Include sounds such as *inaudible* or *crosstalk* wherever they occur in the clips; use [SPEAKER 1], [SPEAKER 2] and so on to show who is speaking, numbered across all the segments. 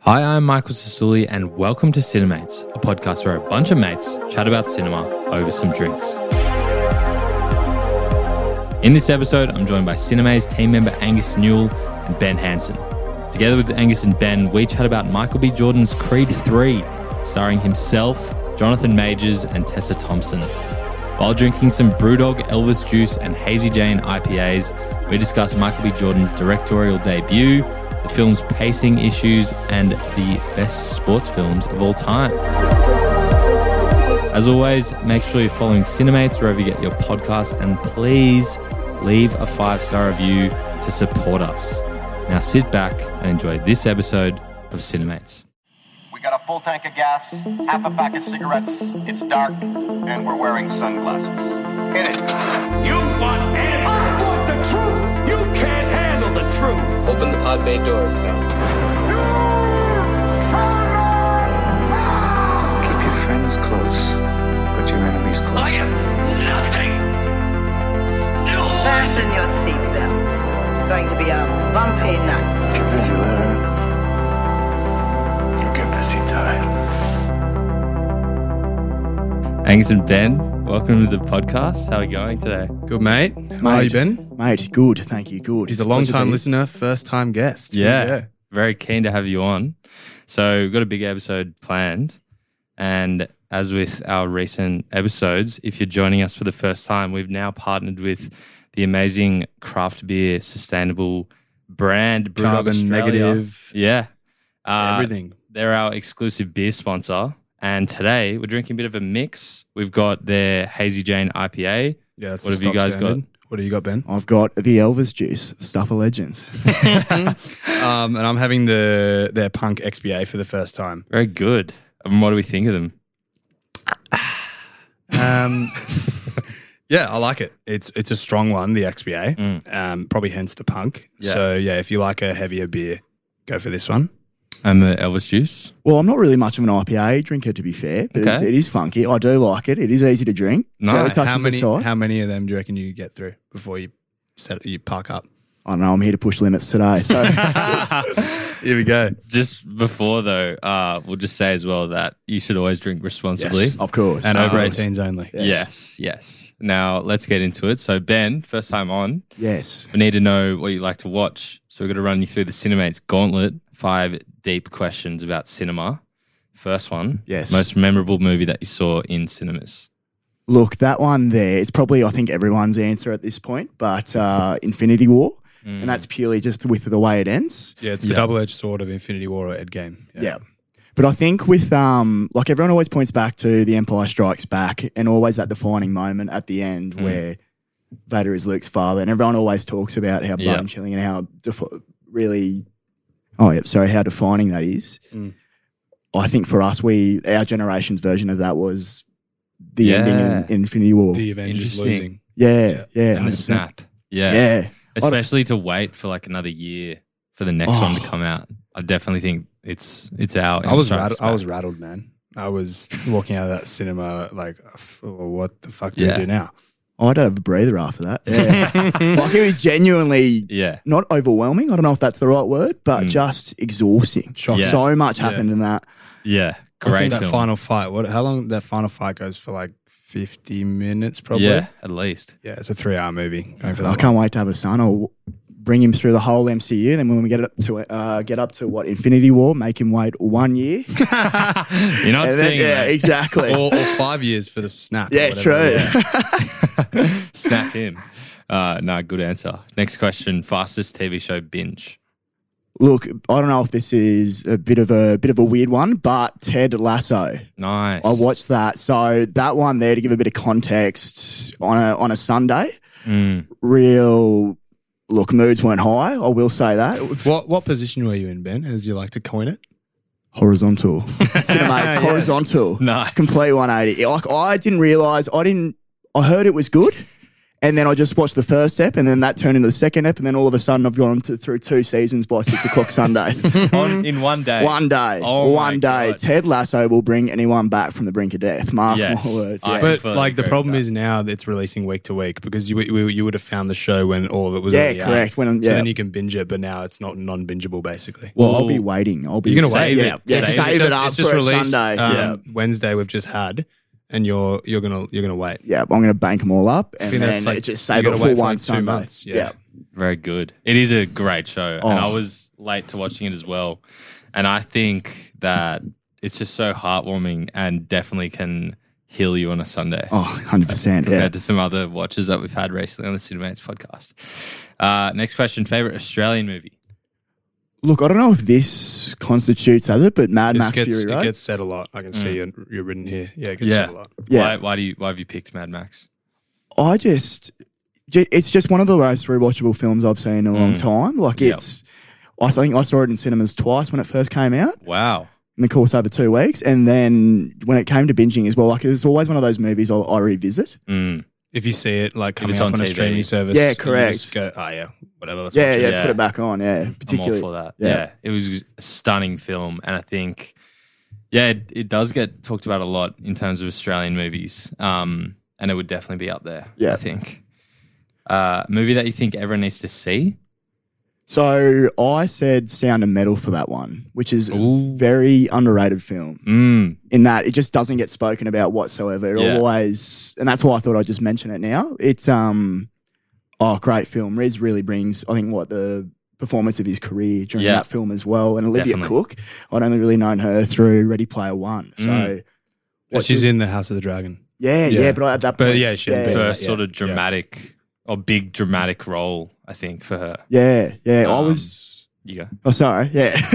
[SPEAKER 1] Hi, I'm Michael Sestouli, and welcome to Cinemates, a podcast where a bunch of mates chat about cinema over some drinks. In this episode, I'm joined by Cinemates team member Angus Newell and Ben Hanson. Together with Angus and Ben, we chat about Michael B. Jordan's Creed 3, starring himself, Jonathan Majors, and Tessa Thompson. While drinking some Brewdog, Elvis Juice, and Hazy Jane IPAs, we discuss Michael B. Jordan's directorial debut, the film's pacing issues, and the best sports films of all time. As always, make sure you're following Cinemates wherever you get your podcasts, and please leave a five star review to support us. Now sit back and enjoy this episode of Cinemates.
[SPEAKER 2] We got a full tank of gas, half a pack of cigarettes, it's dark, and we're wearing sunglasses. Hit it.
[SPEAKER 3] You want answers. I want the truth. You can't handle the truth.
[SPEAKER 4] Open the pod bay doors now.
[SPEAKER 5] Keep your friends close, but your enemies close.
[SPEAKER 3] I am nothing. No.
[SPEAKER 6] Fasten your seatbelts. It's going to be a bumpy night.
[SPEAKER 5] Get busy later. You get busy dying.
[SPEAKER 1] Angus and Ben, welcome to the podcast. How are you going today?
[SPEAKER 7] Good mate. How
[SPEAKER 8] Mate.
[SPEAKER 7] you been?
[SPEAKER 8] Mate, good. Thank you. Good.
[SPEAKER 7] He's
[SPEAKER 8] It's
[SPEAKER 7] a long
[SPEAKER 8] pleasure
[SPEAKER 7] time
[SPEAKER 8] being-
[SPEAKER 7] listener, first time guest.
[SPEAKER 1] Yeah. Very keen to have you on. So we've got a big episode planned. And as with our recent episodes, if you're joining us for the first time, we've now partnered with the amazing craft beer sustainable brand Brewdog
[SPEAKER 7] Carbon
[SPEAKER 1] Australia.
[SPEAKER 7] negative.
[SPEAKER 1] Yeah. Uh,
[SPEAKER 7] Everything.
[SPEAKER 1] They're our exclusive beer sponsor. And today we're drinking a bit of a mix. We've got their Hazy Jane IPA.
[SPEAKER 7] Yeah. That's
[SPEAKER 1] what
[SPEAKER 7] the
[SPEAKER 1] have you
[SPEAKER 7] stock
[SPEAKER 1] guys got?
[SPEAKER 7] standard. What have you got, Ben?
[SPEAKER 8] I've got the Elvis juice, the stuff of legends. Oh.
[SPEAKER 7] um, and I'm having the their punk XBA for the first time.
[SPEAKER 1] Very good. And what do we think of them? *laughs*
[SPEAKER 7] Um, yeah, I like it. It's it's a strong one, the XBA. Um, probably hence the punk.
[SPEAKER 1] Mm. Yeah.
[SPEAKER 7] So yeah, if you like a heavier beer, go for this one.
[SPEAKER 1] And the Elvis juice.
[SPEAKER 8] well, I'm not really much of an IPA drinker, to be fair, but it's,
[SPEAKER 1] Okay.
[SPEAKER 8] it is funky. I do like it. It is easy to drink.
[SPEAKER 1] Nice.
[SPEAKER 8] Yeah, Oh, it touches
[SPEAKER 7] how
[SPEAKER 8] the
[SPEAKER 7] many
[SPEAKER 8] side.
[SPEAKER 7] how many of them do you reckon you get through before you set you park
[SPEAKER 1] *laughs*
[SPEAKER 7] up? *laughs*
[SPEAKER 8] I don't know. I'm here to push limits today. So
[SPEAKER 7] Here we go.
[SPEAKER 1] Just before though, uh, we'll just say as well that you should always drink responsibly.
[SPEAKER 7] Yes. Oh,
[SPEAKER 8] of course.
[SPEAKER 7] And
[SPEAKER 8] Of
[SPEAKER 7] over
[SPEAKER 8] course.
[SPEAKER 7] 18s only.
[SPEAKER 8] Yeah.
[SPEAKER 1] Yes. yes, Now let's get into it. So Ben, first time on,
[SPEAKER 8] Yes.
[SPEAKER 1] we need to know what you like to watch. So we're going to run you through the Cinemates Gauntlet. Five deep questions about cinema. First one,
[SPEAKER 8] Yes.
[SPEAKER 1] most memorable movie that you saw in cinemas.
[SPEAKER 8] Look, that one there, it's probably, I think, everyone's answer at this point, but uh, Infinity War.
[SPEAKER 1] Mm.
[SPEAKER 7] Hmm.
[SPEAKER 8] And that's purely just with the way it ends.
[SPEAKER 7] Yeah, it's the double edged sword of Infinity War or Ed Game.
[SPEAKER 8] Yeah. But I think with um like everyone always points back to the Empire Strikes Back and always that defining moment at the end where Vader is Luke's father and everyone always talks about how blood
[SPEAKER 1] Yeah.
[SPEAKER 8] and chilling and how defi- really oh yeah, sorry, how defining that is.
[SPEAKER 7] Mm.
[SPEAKER 8] I think for us we our generation's version of that was the
[SPEAKER 1] Yeah.
[SPEAKER 8] ending in, in Infinity War.
[SPEAKER 7] The Avengers
[SPEAKER 1] Interesting.
[SPEAKER 7] losing.
[SPEAKER 8] yeah, yeah.
[SPEAKER 1] And the
[SPEAKER 8] 100%.
[SPEAKER 1] snap. Yeah.
[SPEAKER 8] Yeah.
[SPEAKER 1] Especially to wait for like another year for the next one to come out. I definitely think it's it's out.
[SPEAKER 7] Oh. I was rattled, I was rattled, man. I was walking out of that cinema like, "F- oh, what the fuck do
[SPEAKER 1] Yeah.
[SPEAKER 7] we do now?
[SPEAKER 8] I don't have a breather after that. Yeah. like it was genuinely
[SPEAKER 1] Yeah.
[SPEAKER 8] not overwhelming. I don't know if that's the right word, but just exhausting.
[SPEAKER 1] Yeah.
[SPEAKER 8] So much happened in that.
[SPEAKER 1] Yeah.
[SPEAKER 7] I think
[SPEAKER 1] Great
[SPEAKER 7] that
[SPEAKER 1] film.
[SPEAKER 7] final fight. What? How long that final fight goes for? Like fifty minutes, probably.
[SPEAKER 1] Yeah, at
[SPEAKER 8] *laughs*
[SPEAKER 1] least.
[SPEAKER 7] Yeah, it's a three-hour movie. Going for that.
[SPEAKER 8] I
[SPEAKER 7] one.
[SPEAKER 8] can't wait to have a son. I'll bring him through the whole MCU. Then when we get up to uh, get up to what Infinity War, make him wait one year.
[SPEAKER 1] You're not
[SPEAKER 8] And then-
[SPEAKER 1] seeing
[SPEAKER 8] yeah,
[SPEAKER 1] that.
[SPEAKER 8] exactly.
[SPEAKER 7] Or, or five years for the snap. or
[SPEAKER 8] yeah,
[SPEAKER 7] whatever.
[SPEAKER 8] true. *laughs*
[SPEAKER 1] *laughs* Snap him. Uh, no, good answer. Next question: fastest TV show binge.
[SPEAKER 8] Look, I don't know if this is a bit of a bit of a weird one, but Ted Lasso.
[SPEAKER 1] Nice.
[SPEAKER 8] I watched that. So that one there to give a bit of context on a on a Sunday.
[SPEAKER 1] Mm.
[SPEAKER 8] Real look, moods weren't high. I will say that.
[SPEAKER 7] What what position were you in, Ben? As you like to coin it. *laughs*
[SPEAKER 8] horizontal. Cinema, it's horizontal.
[SPEAKER 1] Nice.
[SPEAKER 8] Complete 180. Like I didn't realize, I didn't, I heard it was good And then I just watched the first ep, and then that turned into the second ep, and then all of a sudden I've gone to, through two seasons by
[SPEAKER 7] *laughs*
[SPEAKER 8] six o'clock Sunday.
[SPEAKER 1] on in one day.
[SPEAKER 8] *laughs* One day,
[SPEAKER 1] Oh
[SPEAKER 8] one
[SPEAKER 1] my
[SPEAKER 8] day,
[SPEAKER 1] God.
[SPEAKER 8] Ted Lasso will bring anyone back from the brink of death. Mark
[SPEAKER 1] Yes.
[SPEAKER 8] my words.
[SPEAKER 1] I-
[SPEAKER 8] Yeah.
[SPEAKER 7] But
[SPEAKER 1] fully
[SPEAKER 7] like the
[SPEAKER 1] agree
[SPEAKER 7] problem
[SPEAKER 1] with
[SPEAKER 7] is now that it's releasing week to week because you you, you would have found the show when all of it was
[SPEAKER 8] Yeah,
[SPEAKER 7] already out.
[SPEAKER 8] correct, when-
[SPEAKER 7] So
[SPEAKER 8] yeah.
[SPEAKER 7] then you can binge it, but now it's not non bingeable basically.
[SPEAKER 8] well, I'll
[SPEAKER 1] Ooh.
[SPEAKER 8] be waiting. I'll be
[SPEAKER 7] You're gonna
[SPEAKER 8] save
[SPEAKER 7] wait.
[SPEAKER 8] it. Yeah,
[SPEAKER 1] Save it.
[SPEAKER 8] save,
[SPEAKER 7] it's
[SPEAKER 8] it
[SPEAKER 7] just,
[SPEAKER 8] up
[SPEAKER 7] it's just
[SPEAKER 8] for a
[SPEAKER 7] released
[SPEAKER 8] Sunday.
[SPEAKER 7] um,
[SPEAKER 8] yeah.
[SPEAKER 7] Wednesday. We've just had, and you're you're gonna you're gonna wait.
[SPEAKER 8] yeah, I'm gonna bank them all up and
[SPEAKER 7] think that's
[SPEAKER 8] then
[SPEAKER 7] like-
[SPEAKER 8] it just
[SPEAKER 7] you
[SPEAKER 8] save
[SPEAKER 7] gotta
[SPEAKER 8] it
[SPEAKER 7] wait
[SPEAKER 8] for
[SPEAKER 7] for
[SPEAKER 8] one
[SPEAKER 7] like two
[SPEAKER 8] Sunday.
[SPEAKER 7] months, yeah.
[SPEAKER 1] Very good. It is a great show. And I
[SPEAKER 8] Oh.
[SPEAKER 1] was late to watching it as well. And I think that it's just so heartwarming and definitely can heal you on a Sunday
[SPEAKER 8] Oh, 100%.
[SPEAKER 1] compared
[SPEAKER 8] Yeah.
[SPEAKER 1] to some other watches that we've had recently on the Cinemates podcast. Uh, next question Favorite Australian movie?
[SPEAKER 8] Look, I don't know if this constitutes as it, but Mad
[SPEAKER 7] This
[SPEAKER 8] Max
[SPEAKER 7] gets,
[SPEAKER 8] Fury Road.
[SPEAKER 7] It gets said a lot. I can see you're, you're written here. Mm. Yeah, it gets
[SPEAKER 1] Yeah.
[SPEAKER 7] said a lot.
[SPEAKER 1] Why,
[SPEAKER 8] yeah.
[SPEAKER 1] why, do you, why have you picked Mad Max?
[SPEAKER 8] I just, ju- it's just one of the most rewatchable films I've seen in a
[SPEAKER 1] Mm.
[SPEAKER 8] long time. Like
[SPEAKER 1] Yep.
[SPEAKER 8] it's, I think I saw it in cinemas twice when it first came out.
[SPEAKER 1] Wow.
[SPEAKER 8] in the course over two weeks. And then when it came to binging as well, like it's always one of those movies I'll, I revisit.
[SPEAKER 1] Mm.
[SPEAKER 7] If you see it like coming
[SPEAKER 1] it's
[SPEAKER 7] up
[SPEAKER 1] on
[SPEAKER 7] on, a
[SPEAKER 1] TV.
[SPEAKER 7] streaming service,
[SPEAKER 8] Yeah,
[SPEAKER 7] you just
[SPEAKER 8] correct.
[SPEAKER 7] Go, oh yeah, whatever. Let's
[SPEAKER 8] Yeah,
[SPEAKER 7] watch it."
[SPEAKER 8] yeah,
[SPEAKER 1] yeah.
[SPEAKER 8] put it back on. Yeah,
[SPEAKER 1] I'm all
[SPEAKER 8] particularly.
[SPEAKER 1] for that. Yeah.
[SPEAKER 8] Yeah.
[SPEAKER 1] It was a stunning film. And I think, yeah, it, it does get talked about a lot in terms of Australian movies. Um, and it would definitely be up there,
[SPEAKER 8] Yeah.
[SPEAKER 1] I think. Uh, movie that you think everyone needs to see?
[SPEAKER 8] So I said Sound of Metal for that one, which is
[SPEAKER 1] Ooh.
[SPEAKER 8] a very underrated film
[SPEAKER 1] Mm.
[SPEAKER 8] in that it just doesn't get spoken about whatsoever. It
[SPEAKER 1] Yeah.
[SPEAKER 8] always, and that's why I thought I'd just mention it now. It's, um, oh, great film. Riz really brings, I think, what the performance of his career during
[SPEAKER 1] Yeah.
[SPEAKER 8] that film as well. And Olivia
[SPEAKER 1] Definitely.
[SPEAKER 8] Cook, I'd only really known her through Ready Player One. So.
[SPEAKER 1] Mm.
[SPEAKER 7] But
[SPEAKER 8] What
[SPEAKER 7] she's
[SPEAKER 8] you-
[SPEAKER 7] in the House of the Dragon.
[SPEAKER 8] Yeah,
[SPEAKER 7] Yeah.
[SPEAKER 8] yeah, but I, at that
[SPEAKER 7] But
[SPEAKER 8] point,
[SPEAKER 7] yeah, she had been
[SPEAKER 8] yeah,
[SPEAKER 1] first sort of dramatic or big dramatic role, I think, for her.
[SPEAKER 8] yeah, yeah. I
[SPEAKER 1] Um,
[SPEAKER 8] was.
[SPEAKER 1] You go.
[SPEAKER 8] Oh, sorry. Yeah, *laughs*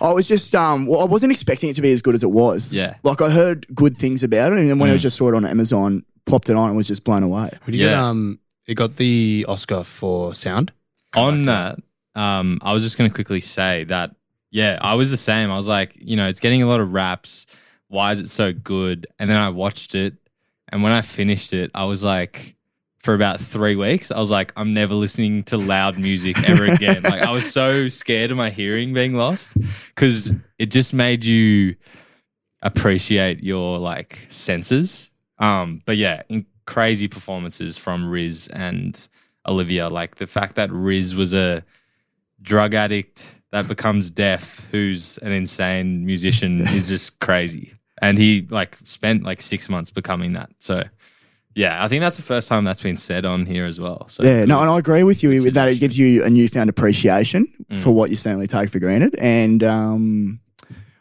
[SPEAKER 8] I was just. Um, well, I wasn't expecting it to be as good as it was.
[SPEAKER 1] Yeah. Mm.
[SPEAKER 8] like I heard good things about it, and then when I just saw it on Amazon, popped it on, and was just blown away.
[SPEAKER 7] Would you get,
[SPEAKER 1] Yeah.
[SPEAKER 7] um, it got the Oscar for sound.
[SPEAKER 1] On that, um, I was just going to quickly say that, yeah, I was the same. I was like, you know, it's getting a lot of raps. Why is it so good? And then I watched it. And when I finished it, I was like, for about three weeks, I was like, I'm never listening to loud music ever again. like, I was so scared of my hearing being lost because it just made you appreciate your like senses. Um, but yeah, in- crazy performances from Riz and Olivia. Like the fact that Riz was a drug addict that becomes deaf, who's an insane
[SPEAKER 8] *laughs*
[SPEAKER 1] musician, is just crazy. And he like spent like six months becoming that. So yeah, I think that's the first time that's been said on here as well. So
[SPEAKER 8] Yeah, no, and I agree with you
[SPEAKER 1] It's
[SPEAKER 8] with that. It gives you a newfound appreciation
[SPEAKER 7] Mm.
[SPEAKER 8] for what you certainly take for granted. And um,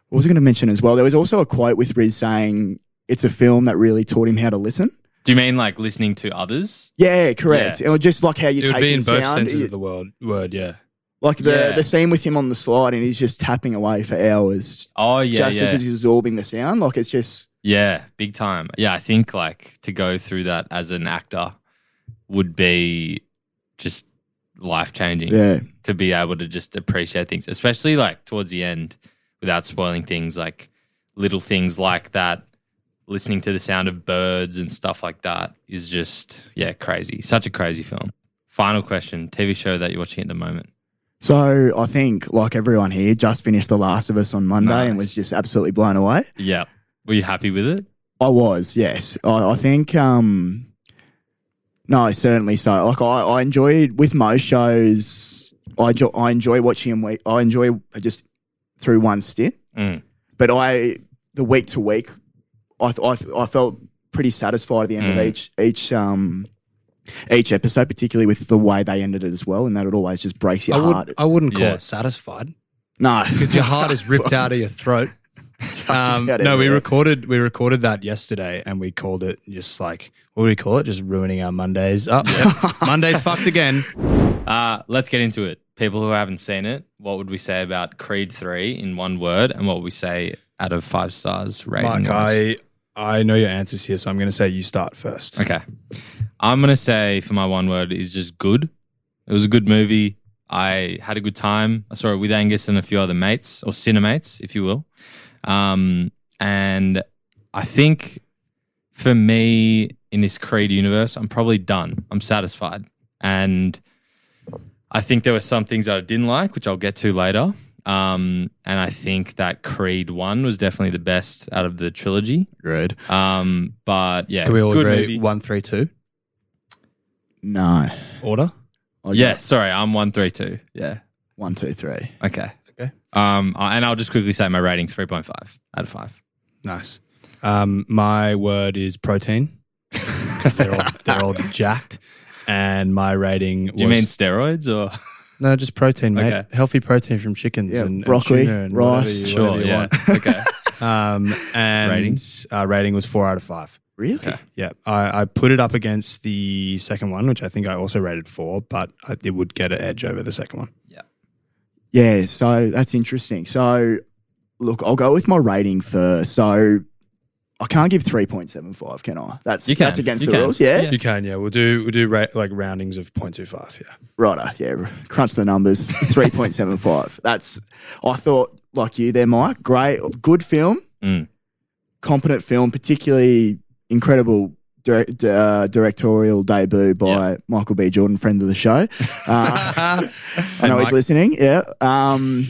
[SPEAKER 8] what was I going to mention as well? There was also a quote with Riz saying, "It's a film that really taught him how to listen."
[SPEAKER 1] do you mean like listening to others?
[SPEAKER 8] Yeah, correct.
[SPEAKER 1] Yeah.
[SPEAKER 8] Or just like how you
[SPEAKER 7] It
[SPEAKER 8] take
[SPEAKER 7] would be in both
[SPEAKER 8] sound.
[SPEAKER 7] senses
[SPEAKER 8] it-
[SPEAKER 7] of the word. Word, yeah.
[SPEAKER 8] Like the,
[SPEAKER 1] Yeah.
[SPEAKER 8] the scene with him on the slide and he's just tapping away for hours
[SPEAKER 1] Oh yeah,
[SPEAKER 8] just
[SPEAKER 1] yeah.
[SPEAKER 8] as he's absorbing the sound. Like it's just
[SPEAKER 1] Yeah, big time. Yeah, I think like to go through that as an actor would be just life changing
[SPEAKER 8] yeah.
[SPEAKER 1] to be able to just appreciate things, especially like towards the end without spoiling things like little things like that. Listening to the sound of birds and stuff like that is just, yeah, crazy. Such a crazy film. Final question TV show that you're watching at the moment.
[SPEAKER 8] So I think like everyone here just finished The Last of Us on Monday and
[SPEAKER 1] Nice.
[SPEAKER 8] was just absolutely blown away.
[SPEAKER 1] Yeah. Were you happy with it?
[SPEAKER 8] I was, yes. I, I think um no, certainly so. Like I, I enjoyed with most shows I jo- I enjoy watching them week I enjoy just through one stint.
[SPEAKER 1] Mm.
[SPEAKER 8] but I the week to week, I th- I, th- I felt pretty satisfied at the end of
[SPEAKER 1] Mm.
[SPEAKER 8] each each um each episode, particularly with the way they ended it as well, and that it always just breaks your
[SPEAKER 7] I
[SPEAKER 8] heart.
[SPEAKER 7] would. I wouldn't call
[SPEAKER 1] Yeah.
[SPEAKER 7] it satisfied *laughs*
[SPEAKER 8] no,
[SPEAKER 7] because your heart is ripped out of your throat. Um,
[SPEAKER 8] about
[SPEAKER 7] no, we
[SPEAKER 8] everywhere.
[SPEAKER 7] recorded. We recorded that yesterday, and we called it just like what do we call it? Just ruining our Mondays. Oh, *laughs* Mondays fucked
[SPEAKER 8] *laughs*
[SPEAKER 7] again.
[SPEAKER 1] Uh, let's get into it. People who haven't seen it, what would we say about Creed 3 in one word and what would we say out of five stars rating?
[SPEAKER 7] Mark, I I know your answers here, so I'm going to say you start first.
[SPEAKER 1] Okay. I'm going to say for my one word is just good. It was a good movie. I had a good time. I saw it with Angus and a few other mates or cinemates, if you will. Um, and I think for me, in this Creed universe, I'm probably done. I'm satisfied. And I think there were some things that I didn't like, which I'll get to later. Um, and I think that Creed 1 was definitely the best out of the trilogy.
[SPEAKER 8] Agreed.
[SPEAKER 1] Um, but yeah,
[SPEAKER 7] Can we all
[SPEAKER 1] good
[SPEAKER 7] agree?
[SPEAKER 1] movie.
[SPEAKER 7] One, three, two.
[SPEAKER 8] *laughs* No.
[SPEAKER 7] Order. Oh,
[SPEAKER 8] I
[SPEAKER 1] yeah,
[SPEAKER 8] got
[SPEAKER 1] sorry, I'm 132. Yeah.
[SPEAKER 8] One, two, three.
[SPEAKER 1] Okay.
[SPEAKER 7] Okay.
[SPEAKER 1] Um, I- and I'll just quickly say my rating 3.5 out of 5.
[SPEAKER 7] Nice. Um, my word is protein. *laughs* 'Cause they're, all, they're all jacked. And my rating was
[SPEAKER 1] Do you mean steroids
[SPEAKER 7] *laughs*
[SPEAKER 1] or?
[SPEAKER 7] no, just protein, mate.
[SPEAKER 1] Okay.
[SPEAKER 7] Healthy protein from chickens
[SPEAKER 8] Yeah,
[SPEAKER 7] and and
[SPEAKER 8] broccoli,
[SPEAKER 7] tuna and
[SPEAKER 8] rice.
[SPEAKER 7] whatever you-
[SPEAKER 1] Sure,
[SPEAKER 7] whatever you
[SPEAKER 1] yeah.
[SPEAKER 7] want. *laughs*
[SPEAKER 1] okay.
[SPEAKER 7] Um, and
[SPEAKER 1] Ratings?
[SPEAKER 7] Uh, rating was four out of five.
[SPEAKER 8] Really?
[SPEAKER 7] Yeah, I, I put it up against the second one, which I think I also rated four, but I, it would get an edge over the second one.
[SPEAKER 8] Yeah, so that's interesting. So, look, I'll go with my rating first. So, I can't give 3.75, can I? That's
[SPEAKER 1] You can.
[SPEAKER 8] that's against
[SPEAKER 1] You
[SPEAKER 8] the
[SPEAKER 1] can.
[SPEAKER 8] rules, yeah?
[SPEAKER 1] Yeah.
[SPEAKER 7] You can, yeah. We'll do we'll do ra- like roundings of 0.25, yeah.
[SPEAKER 8] Righto, yeah. Crunch
[SPEAKER 1] *laughs*
[SPEAKER 8] the numbers, 3.75. That's, I thought, like you there, Mike, great, good film,
[SPEAKER 1] Mm.
[SPEAKER 8] competent film, particularly incredible direct, uh, directorial debut by Michael B. Jordan, friend of
[SPEAKER 1] *laughs*
[SPEAKER 8] the show. Uh,
[SPEAKER 7] Ah.
[SPEAKER 8] I know he's listening. Yeah. Um,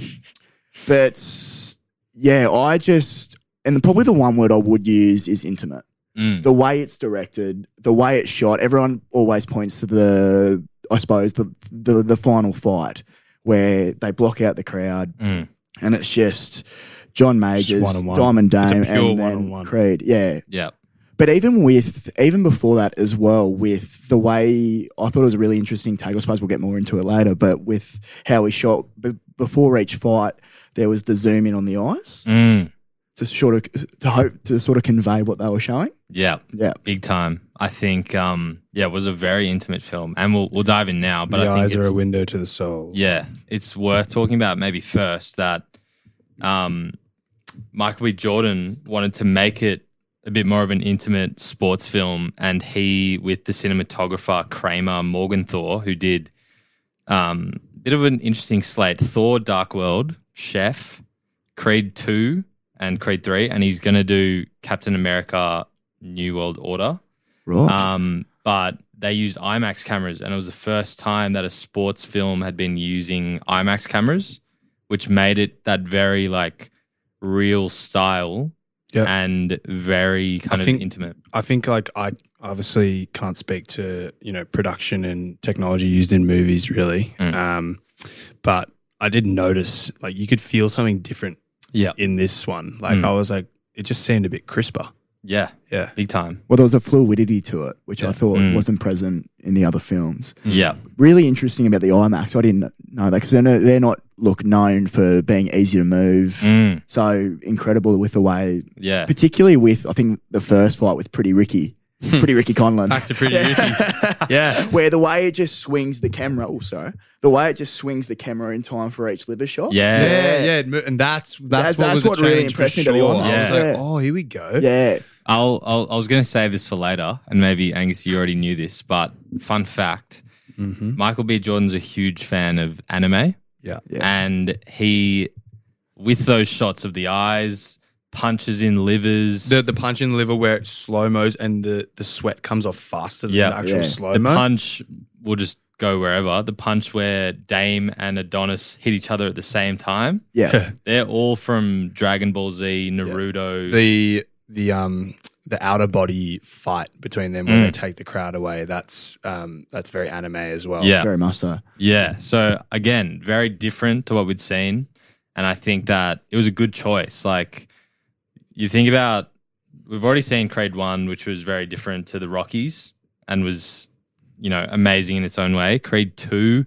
[SPEAKER 8] but yeah, I just and probably the one word I would use is intimate.
[SPEAKER 1] Mm.
[SPEAKER 8] The way it's directed, the way it's shot. Everyone always points to the, I suppose the the, the final fight where they block out the crowd,
[SPEAKER 1] Mm.
[SPEAKER 8] and it's just John Majors,
[SPEAKER 7] one-on-one.
[SPEAKER 8] Diamond
[SPEAKER 7] It's a
[SPEAKER 8] Dame,
[SPEAKER 7] pure
[SPEAKER 8] and then
[SPEAKER 7] one-on-one.
[SPEAKER 8] Creed. Yeah,
[SPEAKER 1] Yeah.
[SPEAKER 8] but even with even before that as well, with the way I thought it was a really interesting take. I suppose we'll get more into it later, but with how he shot b- before each fight, there was the zoom in on the eyes
[SPEAKER 1] Mm.
[SPEAKER 8] to sort of to hope to sort of convey what they were showing.
[SPEAKER 1] Yeah.
[SPEAKER 8] Yeah.
[SPEAKER 1] Big time. I think, um, yeah, it was a very intimate film, and we'll we'll dive in now. But
[SPEAKER 7] the
[SPEAKER 1] I
[SPEAKER 7] eyes
[SPEAKER 1] think
[SPEAKER 7] are
[SPEAKER 1] it's,
[SPEAKER 7] a window to the soul.
[SPEAKER 1] yeah, it's worth talking about maybe first that, um, Michael B. Jordan wanted to make it a bit more of an intimate sports film, and he with the cinematographer Kramer Morgenthau, who did, um, a bit of an interesting slate: Thor: Dark World, Chef, Creed Two, and Creed Three, and he's gonna do Captain America: New World Order.
[SPEAKER 8] Right.
[SPEAKER 1] Um, but they used IMAX cameras, and it was the first time that a sports film had been using IMAX cameras, which made it that very like real style
[SPEAKER 7] Yeah.
[SPEAKER 1] and very kind of
[SPEAKER 7] think-
[SPEAKER 1] intimate.
[SPEAKER 7] I think like I obviously can't speak to you know production and technology used in movies really,
[SPEAKER 1] Mm.
[SPEAKER 7] um, but I did notice like you could feel something different
[SPEAKER 1] Yeah,
[SPEAKER 7] in this one. Like
[SPEAKER 1] Mm.
[SPEAKER 7] I was like, it just seemed a bit crisper.
[SPEAKER 1] yeah,
[SPEAKER 7] Yeah,
[SPEAKER 1] big time.
[SPEAKER 8] well, there was a fluidity to it, which I thought
[SPEAKER 1] Mm.
[SPEAKER 8] wasn't present in the other films.
[SPEAKER 7] Hmm.
[SPEAKER 1] Yeah,
[SPEAKER 8] Really interesting about the IMAX. I didn't know that because they're, no- they're not look known for being easy to move.
[SPEAKER 1] Mm.
[SPEAKER 8] So incredible with the way
[SPEAKER 1] yeah.
[SPEAKER 8] particularly with I think the first fight with Pretty Ricky, Pretty Ricky Conlon,
[SPEAKER 1] Hmm. Back to
[SPEAKER 7] *laughs*
[SPEAKER 1] pretty Ricky. yes.
[SPEAKER 8] *laughs* where the way it just swings the camera, also the way it just swings the camera in time for each liver shot.
[SPEAKER 1] Yeah.
[SPEAKER 7] yeah. it mo- And that's
[SPEAKER 8] That- that's
[SPEAKER 7] the
[SPEAKER 8] what really
[SPEAKER 7] change
[SPEAKER 8] impressed me to be honest.
[SPEAKER 7] I was
[SPEAKER 1] Yeah.
[SPEAKER 7] like, oh, here we go.
[SPEAKER 8] yeah,
[SPEAKER 1] I'll, I'll I was going to save this for later, and maybe Angus, you already knew this, but fun fact:
[SPEAKER 7] Mm-hmm.
[SPEAKER 1] Michael B. Jordan's a huge fan of anime.
[SPEAKER 7] Yeah.
[SPEAKER 1] and he with those shots of the eyes punches in livers
[SPEAKER 7] The, the punch in the liver where it slow mos and the, the sweat comes off faster than
[SPEAKER 1] Yeah.
[SPEAKER 7] the actual
[SPEAKER 8] Yeah.
[SPEAKER 7] slow
[SPEAKER 1] the
[SPEAKER 7] mo.
[SPEAKER 1] punch will just go wherever the punch where dame and adonis hit each other at the same time
[SPEAKER 8] yeah,
[SPEAKER 1] *laughs* they're all from dragon ball z naruto
[SPEAKER 7] The the um the outer body fight between them where
[SPEAKER 1] Mm.
[SPEAKER 7] they take the crowd away. That's um that's very anime as well.
[SPEAKER 1] yeah
[SPEAKER 8] very much so.
[SPEAKER 1] yeah so again very different to what we'd seen and i think that it was a good choice like you think about we've already seen Creed One, which was very different to the Rockies and was, you know, amazing in its own way. Creed Two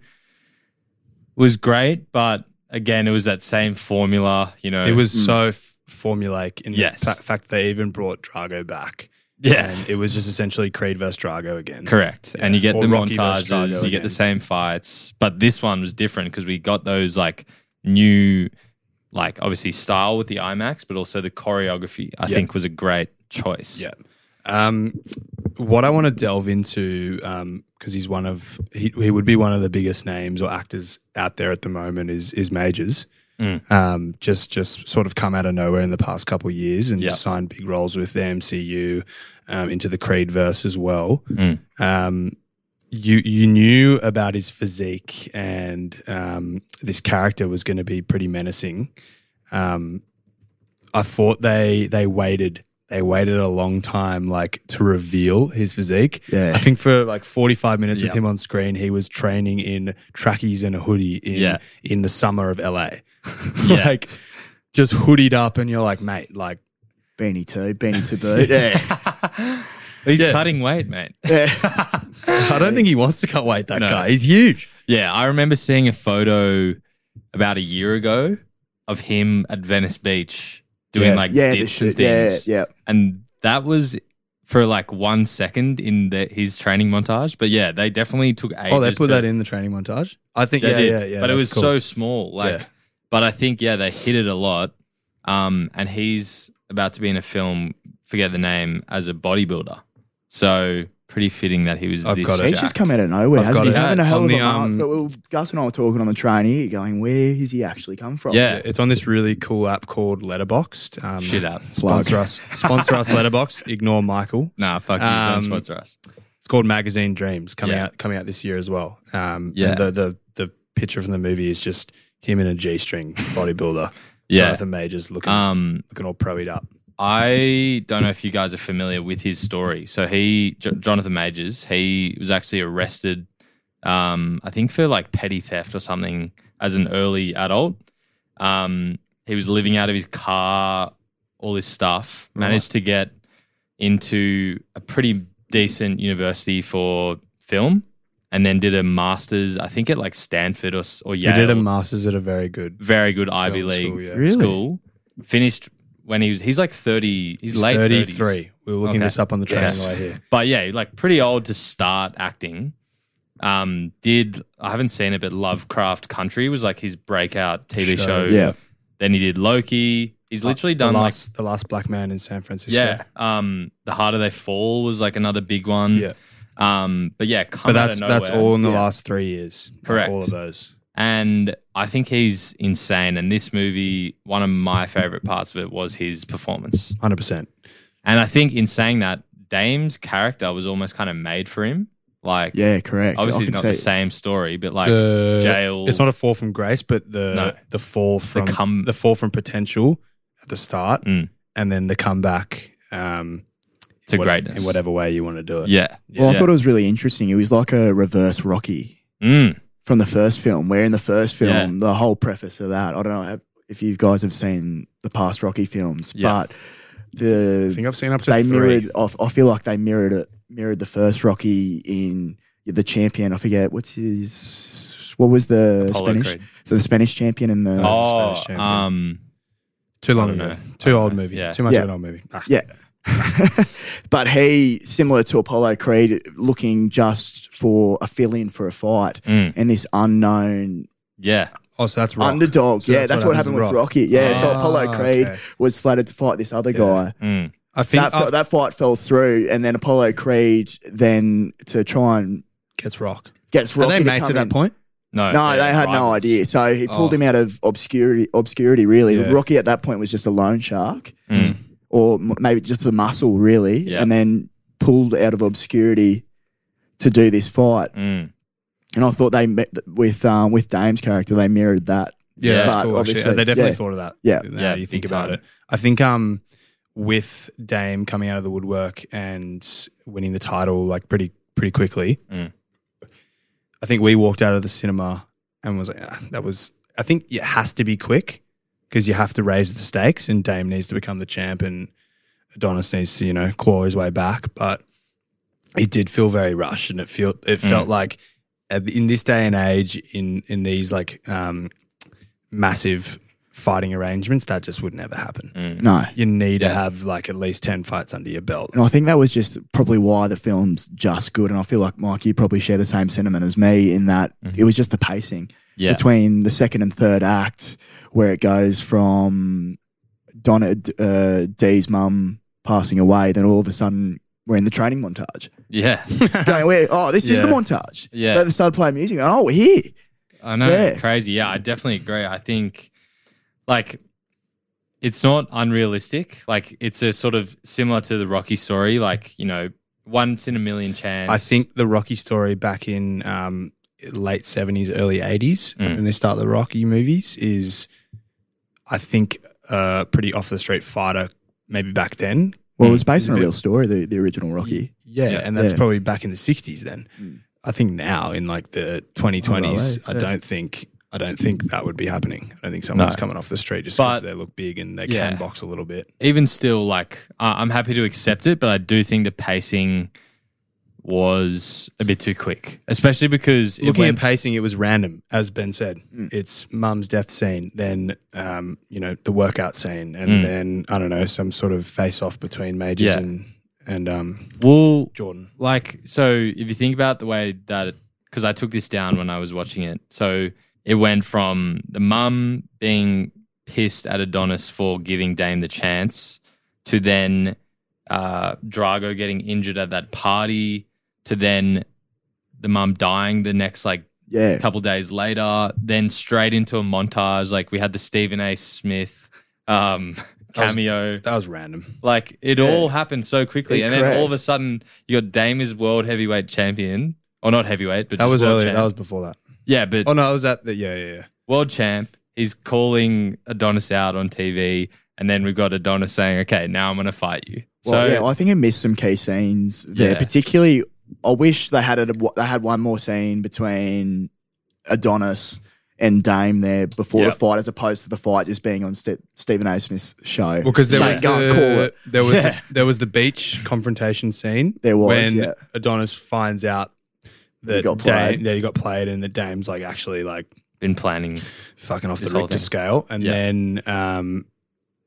[SPEAKER 1] was great, but again, it was that same formula, you know.
[SPEAKER 7] It was so f- formulaic in
[SPEAKER 1] Yes.
[SPEAKER 7] the fa- fact they even brought Drago back.
[SPEAKER 1] yeah,
[SPEAKER 7] And it was just essentially Creed versus Drago again.
[SPEAKER 1] correct. And you get
[SPEAKER 7] Or
[SPEAKER 1] the
[SPEAKER 7] Rocky versus Drago
[SPEAKER 1] montages, you get
[SPEAKER 7] again.
[SPEAKER 1] the same fights, but this one was different because we got those like new, like obviously style with the IMAX, but also the choreography. I
[SPEAKER 7] Yeah.
[SPEAKER 1] think was a great choice.
[SPEAKER 7] Yeah. Um, what I want to delve into, because he's one of he, he would be one of the biggest names or actors out there at the moment is is Majors.
[SPEAKER 1] Mm.
[SPEAKER 7] um, just just sort of come out of nowhere in the past couple of years and
[SPEAKER 1] Yeah.
[SPEAKER 7] signed big roles with the MCU um, into the Creedverse as well.
[SPEAKER 1] Mm.
[SPEAKER 7] Um, you you knew about his physique and um, this character was going to be pretty menacing. Um, I thought they they waited they waited a long time like to reveal his physique.
[SPEAKER 8] Yeah.
[SPEAKER 7] I think for like 45 minutes
[SPEAKER 1] Yeah.
[SPEAKER 7] with him on screen, he was training in trackies and a hoodie in
[SPEAKER 1] Yeah.
[SPEAKER 7] in the summer of LA.
[SPEAKER 1] *laughs* Yeah.
[SPEAKER 7] like just hoodied up and you're like,
[SPEAKER 1] *laughs*
[SPEAKER 7] mate, like
[SPEAKER 8] Beanie too, beanie to boot. Yeah.
[SPEAKER 1] *laughs* He's
[SPEAKER 7] Yeah.
[SPEAKER 1] cutting weight, mate. *laughs*
[SPEAKER 7] I don't think he wants to cut weight that
[SPEAKER 1] No.
[SPEAKER 7] guy. He's huge.
[SPEAKER 1] Yeah, I remember seeing a photo about a year ago of him at Venice Beach doing
[SPEAKER 7] Yeah.
[SPEAKER 1] like
[SPEAKER 8] yeah, the
[SPEAKER 1] dips and
[SPEAKER 8] shit. Yeah,
[SPEAKER 1] things.
[SPEAKER 8] yeah.
[SPEAKER 1] And that was for like one second in the, his training montage. But yeah, they definitely took ages.
[SPEAKER 7] Oh, they
[SPEAKER 1] to-
[SPEAKER 7] put that in the training montage. I think
[SPEAKER 1] They
[SPEAKER 7] yeah,
[SPEAKER 1] did.
[SPEAKER 7] yeah, yeah.
[SPEAKER 1] But it
[SPEAKER 7] that's
[SPEAKER 1] was
[SPEAKER 7] cool.
[SPEAKER 1] so small. Like,
[SPEAKER 7] Yeah.
[SPEAKER 1] but I think yeah, they hit it a lot. Um, and he's about to be in a film. Forget the name as a bodybuilder. So pretty fitting that he was.
[SPEAKER 7] I've
[SPEAKER 1] this
[SPEAKER 7] got it.
[SPEAKER 8] He's just come out of nowhere.
[SPEAKER 7] I've got
[SPEAKER 8] hasn't he?
[SPEAKER 7] it.
[SPEAKER 8] He's having a
[SPEAKER 7] Yeah,
[SPEAKER 8] hell
[SPEAKER 7] on
[SPEAKER 8] of a
[SPEAKER 7] the, um,
[SPEAKER 8] month. But we- Gus and I were talking on the train here, going, "Where has he actually come from?"
[SPEAKER 1] Yeah.
[SPEAKER 7] Yeah, it's on this really cool app called Letterboxd. Um,
[SPEAKER 1] Shit up.
[SPEAKER 7] Sponsor us.
[SPEAKER 1] *laughs*
[SPEAKER 7] Sponsor us Letterboxd. Ignore Michael.
[SPEAKER 1] Nah, fuck you.
[SPEAKER 7] Um,
[SPEAKER 1] Don't sponsor us.
[SPEAKER 7] It's called Magazine Dreams coming
[SPEAKER 1] Yeah.
[SPEAKER 7] out coming out this year as well. Um,
[SPEAKER 1] Yeah.
[SPEAKER 7] yeah. The, the the picture from the movie is just him in a g string bodybuilder.
[SPEAKER 1] *laughs* Yeah.
[SPEAKER 7] Jonathan Majors looking
[SPEAKER 1] Um,
[SPEAKER 7] looking all proied up.
[SPEAKER 1] I don't know if you guys are familiar with his story. So he, J- Jonathan Majors, he was actually arrested, um, I think for like petty theft or something as an early adult. Um, he was living out of his car, all this stuff. Managed to get into a pretty decent university for film, and then did a master's, I think at like Stanford or s- or Yale
[SPEAKER 7] He did a masters at a very good.
[SPEAKER 1] very good Ivy
[SPEAKER 7] Film
[SPEAKER 1] League
[SPEAKER 7] school,
[SPEAKER 1] school,
[SPEAKER 7] yeah.
[SPEAKER 1] Finished when he was he's like thirty. He's, late
[SPEAKER 7] thirty
[SPEAKER 1] 33.
[SPEAKER 7] three. We were looking
[SPEAKER 1] Okay.
[SPEAKER 7] this up on the train
[SPEAKER 1] Yes.
[SPEAKER 7] on the way here.
[SPEAKER 1] But yeah, like pretty old to start acting. Um, did I haven't seen it, but Lovecraft Country was like his breakout TV
[SPEAKER 7] Show, Uh,
[SPEAKER 1] show.
[SPEAKER 8] yeah.
[SPEAKER 1] Then he did Loki. He's literally
[SPEAKER 7] The
[SPEAKER 1] done like
[SPEAKER 7] last the last black man in San Francisco.
[SPEAKER 1] yeah. Um, The Harder They Fall was like another big one.
[SPEAKER 7] Yeah.
[SPEAKER 1] Um, but yeah,
[SPEAKER 7] But
[SPEAKER 1] Mm. come out
[SPEAKER 7] that's
[SPEAKER 1] of
[SPEAKER 7] that's
[SPEAKER 1] nowhere.
[SPEAKER 7] all in the
[SPEAKER 8] Yeah.
[SPEAKER 7] last three years. Like,
[SPEAKER 1] Correct.
[SPEAKER 7] all of those.
[SPEAKER 1] And I think he's insane. And this movie, one of my favorite parts of it was his performance.
[SPEAKER 7] Hundred percent.
[SPEAKER 1] And I think in saying that, Dame's character was almost kind of made for him. Like,
[SPEAKER 8] yeah, correct. I
[SPEAKER 1] obviously
[SPEAKER 8] can
[SPEAKER 1] not
[SPEAKER 8] say
[SPEAKER 1] the same story, but like
[SPEAKER 7] The-
[SPEAKER 1] jail.
[SPEAKER 7] It's not a fall from grace, but the
[SPEAKER 1] No.
[SPEAKER 7] the fall from the,
[SPEAKER 1] come-
[SPEAKER 7] fall from potential at the start,
[SPEAKER 1] Mm.
[SPEAKER 7] and then the comeback. Um,
[SPEAKER 1] to
[SPEAKER 7] what-
[SPEAKER 1] greatness.
[SPEAKER 7] in whatever way you want to do it.
[SPEAKER 1] Yeah.
[SPEAKER 8] Well,
[SPEAKER 1] Yeah.
[SPEAKER 8] I thought it was really interesting. It was like a reverse Rocky
[SPEAKER 1] Mm.
[SPEAKER 8] from the first film, where in the first film,
[SPEAKER 1] Yeah.
[SPEAKER 8] the whole preface of that, I don't know have- if you guys have seen the past Rocky films,
[SPEAKER 1] Yeah.
[SPEAKER 8] but
[SPEAKER 7] I
[SPEAKER 8] the
[SPEAKER 7] think I've seen up to
[SPEAKER 8] they
[SPEAKER 7] three.
[SPEAKER 8] mirrored, I, I feel like they mirrored it, mirrored the first Rocky in the champion. I forget what's his, what was the
[SPEAKER 1] Apollo
[SPEAKER 8] Spanish?
[SPEAKER 1] Creed.
[SPEAKER 8] So the Spanish champion and the,
[SPEAKER 7] was a
[SPEAKER 1] Oh,
[SPEAKER 7] Spanish champion.
[SPEAKER 1] um,
[SPEAKER 7] Too long
[SPEAKER 1] I don't
[SPEAKER 7] ago.
[SPEAKER 1] know.
[SPEAKER 7] Too old movie.
[SPEAKER 1] Yeah.
[SPEAKER 7] Too much
[SPEAKER 8] Yeah.
[SPEAKER 7] of an old movie. Ah.
[SPEAKER 8] Yeah.
[SPEAKER 1] Oh.
[SPEAKER 8] *laughs* but he, similar to Apollo Creed, looking just for a fill in for a fight
[SPEAKER 1] Mm.
[SPEAKER 8] and this unknown
[SPEAKER 1] yeah.
[SPEAKER 7] Oh, so that's Rock.
[SPEAKER 8] underdog.
[SPEAKER 7] So
[SPEAKER 8] yeah, that's, what, happened with
[SPEAKER 7] happens
[SPEAKER 8] Rocky. Yeah, so
[SPEAKER 7] Ah,
[SPEAKER 8] Apollo Creed
[SPEAKER 7] okay.
[SPEAKER 8] was slated to fight this other guy.
[SPEAKER 1] Mm.
[SPEAKER 7] I think
[SPEAKER 8] That, fe-
[SPEAKER 7] after-
[SPEAKER 8] that fight fell through, and then Apollo Creed then to try and
[SPEAKER 7] gets Rock.
[SPEAKER 8] gets
[SPEAKER 7] Are
[SPEAKER 8] Rocky.
[SPEAKER 7] they
[SPEAKER 8] to
[SPEAKER 7] mates
[SPEAKER 8] come
[SPEAKER 7] at that
[SPEAKER 8] in.
[SPEAKER 7] point?
[SPEAKER 1] No.
[SPEAKER 8] No,
[SPEAKER 1] they're
[SPEAKER 8] they had no
[SPEAKER 1] rivals.
[SPEAKER 8] idea. So he pulled
[SPEAKER 7] Oh.
[SPEAKER 8] him out of obscurity. Obscurity, really.
[SPEAKER 7] Yeah.
[SPEAKER 8] Rocky at that point was just a loan shark,
[SPEAKER 1] Mm.
[SPEAKER 8] or m- maybe just the muscle, really,
[SPEAKER 1] Yeah.
[SPEAKER 8] and then pulled out of obscurity to do this fight.
[SPEAKER 1] Mm.
[SPEAKER 8] And I thought they met with um, with Dame's character, they mirrored that.
[SPEAKER 7] Yeah,
[SPEAKER 1] Yeah.
[SPEAKER 8] But
[SPEAKER 7] that's cool. Actually.
[SPEAKER 8] obviously-
[SPEAKER 7] They definitely
[SPEAKER 8] yeah.
[SPEAKER 7] thought of that.
[SPEAKER 8] Yeah.
[SPEAKER 7] now
[SPEAKER 1] Yeah,
[SPEAKER 7] you
[SPEAKER 1] big
[SPEAKER 7] think about
[SPEAKER 1] time.
[SPEAKER 7] it. I think um, with Dame coming out of the woodwork and winning the title like pretty pretty quickly,
[SPEAKER 1] Mm.
[SPEAKER 7] I think we walked out of the cinema and was like, "Ah, that was. I think it has to be quick because you have to raise the stakes, and Dame needs to become the champ, and Adonis needs to you know claw his way back, but. It did feel very rushed, and it felt it felt like at the- in this day and age, in in these like um, massive fighting arrangements, that just would never happen.
[SPEAKER 1] mm.
[SPEAKER 8] No,
[SPEAKER 7] You need
[SPEAKER 1] Yeah.
[SPEAKER 7] to have like at least 10 fights under your belt.
[SPEAKER 8] and I think that was just probably why the film's just good. And I feel like Mike, you probably share the same sentiment as me in that it was just the pacing
[SPEAKER 1] Yeah.
[SPEAKER 8] between the second and third act, where it goes from Donna uh, Dee's mum passing away, then all of a sudden we're in the training montage.
[SPEAKER 1] yeah.
[SPEAKER 8] *laughs* going, where, oh, this is the
[SPEAKER 7] Yeah.
[SPEAKER 8] montage.
[SPEAKER 1] Yeah.
[SPEAKER 8] They started playing music. and, Oh, we're here.
[SPEAKER 1] I know,
[SPEAKER 8] Yeah.
[SPEAKER 1] crazy. Yeah, I definitely agree. I think like it's not unrealistic. Like it's a sort of similar to the Rocky story. Like you know, once in a million chance.
[SPEAKER 7] I think the Rocky story back in um, late seventies, early eighties,
[SPEAKER 1] Mm.
[SPEAKER 7] when they start the Rocky movies, is I think a pretty off the street fighter, maybe back then.
[SPEAKER 8] Well, it was based
[SPEAKER 7] Mm.
[SPEAKER 8] on a real story, the, the original Rocky.
[SPEAKER 7] Yeah,
[SPEAKER 1] Yeah.
[SPEAKER 7] and that's
[SPEAKER 8] Yeah. Mm.
[SPEAKER 7] probably back in the sixties then. I think now in like the twenty twenties,
[SPEAKER 8] Oh, right,
[SPEAKER 7] I
[SPEAKER 8] yeah.
[SPEAKER 7] don't think I don't think that would be happening. I don't think someone's
[SPEAKER 1] No.
[SPEAKER 7] coming off the street just because
[SPEAKER 1] But-
[SPEAKER 7] they look big and they
[SPEAKER 1] Yeah.
[SPEAKER 7] can box a little bit.
[SPEAKER 1] even still, like I I'm happy to accept it, but I do think the pacing was a bit too quick, especially because it
[SPEAKER 7] Looking
[SPEAKER 1] went,
[SPEAKER 7] at pacing, it Hmm. was random, as Ben said.
[SPEAKER 8] Mm.
[SPEAKER 7] It's mum's death scene, then um, you know the workout scene, and
[SPEAKER 1] Mm.
[SPEAKER 7] then I don't know some sort of face off between majors
[SPEAKER 1] Yeah.
[SPEAKER 7] and and um,
[SPEAKER 1] well,
[SPEAKER 7] Jordan.
[SPEAKER 1] like so if you think about the way that because i took this down when i was watching it so it went from the mum being pissed at adonis for giving dame the chance to then uh, drago getting injured at that party to then the mum dying the next like
[SPEAKER 8] Yeah.
[SPEAKER 1] a couple days later, then straight into a montage. Like we had the Stephen A. Smith um,
[SPEAKER 7] That
[SPEAKER 1] *laughs*
[SPEAKER 7] was-
[SPEAKER 1] cameo.
[SPEAKER 7] That was random.
[SPEAKER 1] Like it
[SPEAKER 8] Yeah.
[SPEAKER 1] all happened so quickly,
[SPEAKER 8] Yeah,
[SPEAKER 1] and then all of
[SPEAKER 8] correct.
[SPEAKER 1] a sudden you got Dame is world heavyweight champion, or not heavyweight, but
[SPEAKER 7] That
[SPEAKER 1] just
[SPEAKER 7] was
[SPEAKER 1] world
[SPEAKER 7] earlier.
[SPEAKER 1] Champ.
[SPEAKER 7] That was before that.
[SPEAKER 1] yeah, but
[SPEAKER 7] Oh no, I was at the yeah yeah yeah.
[SPEAKER 1] world champ. He's calling Adonis out on TV, and then we've got Adonis saying, "Okay, now I'm going to fight you."
[SPEAKER 8] Well,
[SPEAKER 1] so
[SPEAKER 8] yeah, I think I missed some key scenes there.
[SPEAKER 1] Yeah.
[SPEAKER 8] Particularly, I wish they had a, they had one more scene between Adonis and Dame there before
[SPEAKER 1] Yep.
[SPEAKER 8] the fight, as opposed to the fight just being on Ste- Stephen A. Smith's show.
[SPEAKER 7] Well, because there
[SPEAKER 8] So
[SPEAKER 7] was
[SPEAKER 8] you can't
[SPEAKER 7] the,
[SPEAKER 8] call it.
[SPEAKER 7] there was
[SPEAKER 1] Yeah.
[SPEAKER 7] the, there was the beach confrontation scene.
[SPEAKER 8] There was,
[SPEAKER 7] when
[SPEAKER 8] yeah.
[SPEAKER 7] Adonis finds out
[SPEAKER 8] That he
[SPEAKER 7] that
[SPEAKER 8] got
[SPEAKER 7] Dame,
[SPEAKER 8] played.
[SPEAKER 7] that he got played, and the Dame's like actually like
[SPEAKER 1] been planning.
[SPEAKER 7] fucking off
[SPEAKER 1] This
[SPEAKER 7] the
[SPEAKER 1] whole
[SPEAKER 7] Richter
[SPEAKER 1] thing.
[SPEAKER 7] scale, and
[SPEAKER 1] Yeah.
[SPEAKER 7] then um,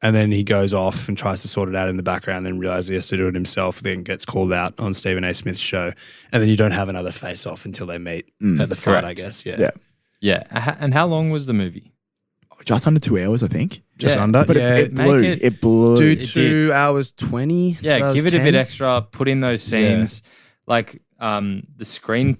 [SPEAKER 7] and then he goes off and tries to sort it out in the background, then realizes he has to do it himself. Then gets called out on Stephen A. Smith's show, and then you don't have another face off until they meet
[SPEAKER 8] Mm,
[SPEAKER 7] at the fight. I
[SPEAKER 1] correct.
[SPEAKER 7] guess, yeah,
[SPEAKER 8] Yeah.
[SPEAKER 1] Yeah, Ah, and how long was the movie?
[SPEAKER 8] just under two hours, I think.
[SPEAKER 7] just
[SPEAKER 1] Yeah.
[SPEAKER 7] under,
[SPEAKER 8] But
[SPEAKER 7] yeah.
[SPEAKER 8] it, it
[SPEAKER 1] Make
[SPEAKER 8] blew.
[SPEAKER 1] it-
[SPEAKER 8] It, blew.
[SPEAKER 7] Do
[SPEAKER 1] did.
[SPEAKER 7] two hours twenty. two
[SPEAKER 1] Yeah,
[SPEAKER 7] hours
[SPEAKER 1] give it a bit
[SPEAKER 7] 10.
[SPEAKER 1] extra. Put in those
[SPEAKER 7] Yeah.
[SPEAKER 1] scenes. Like um, the screen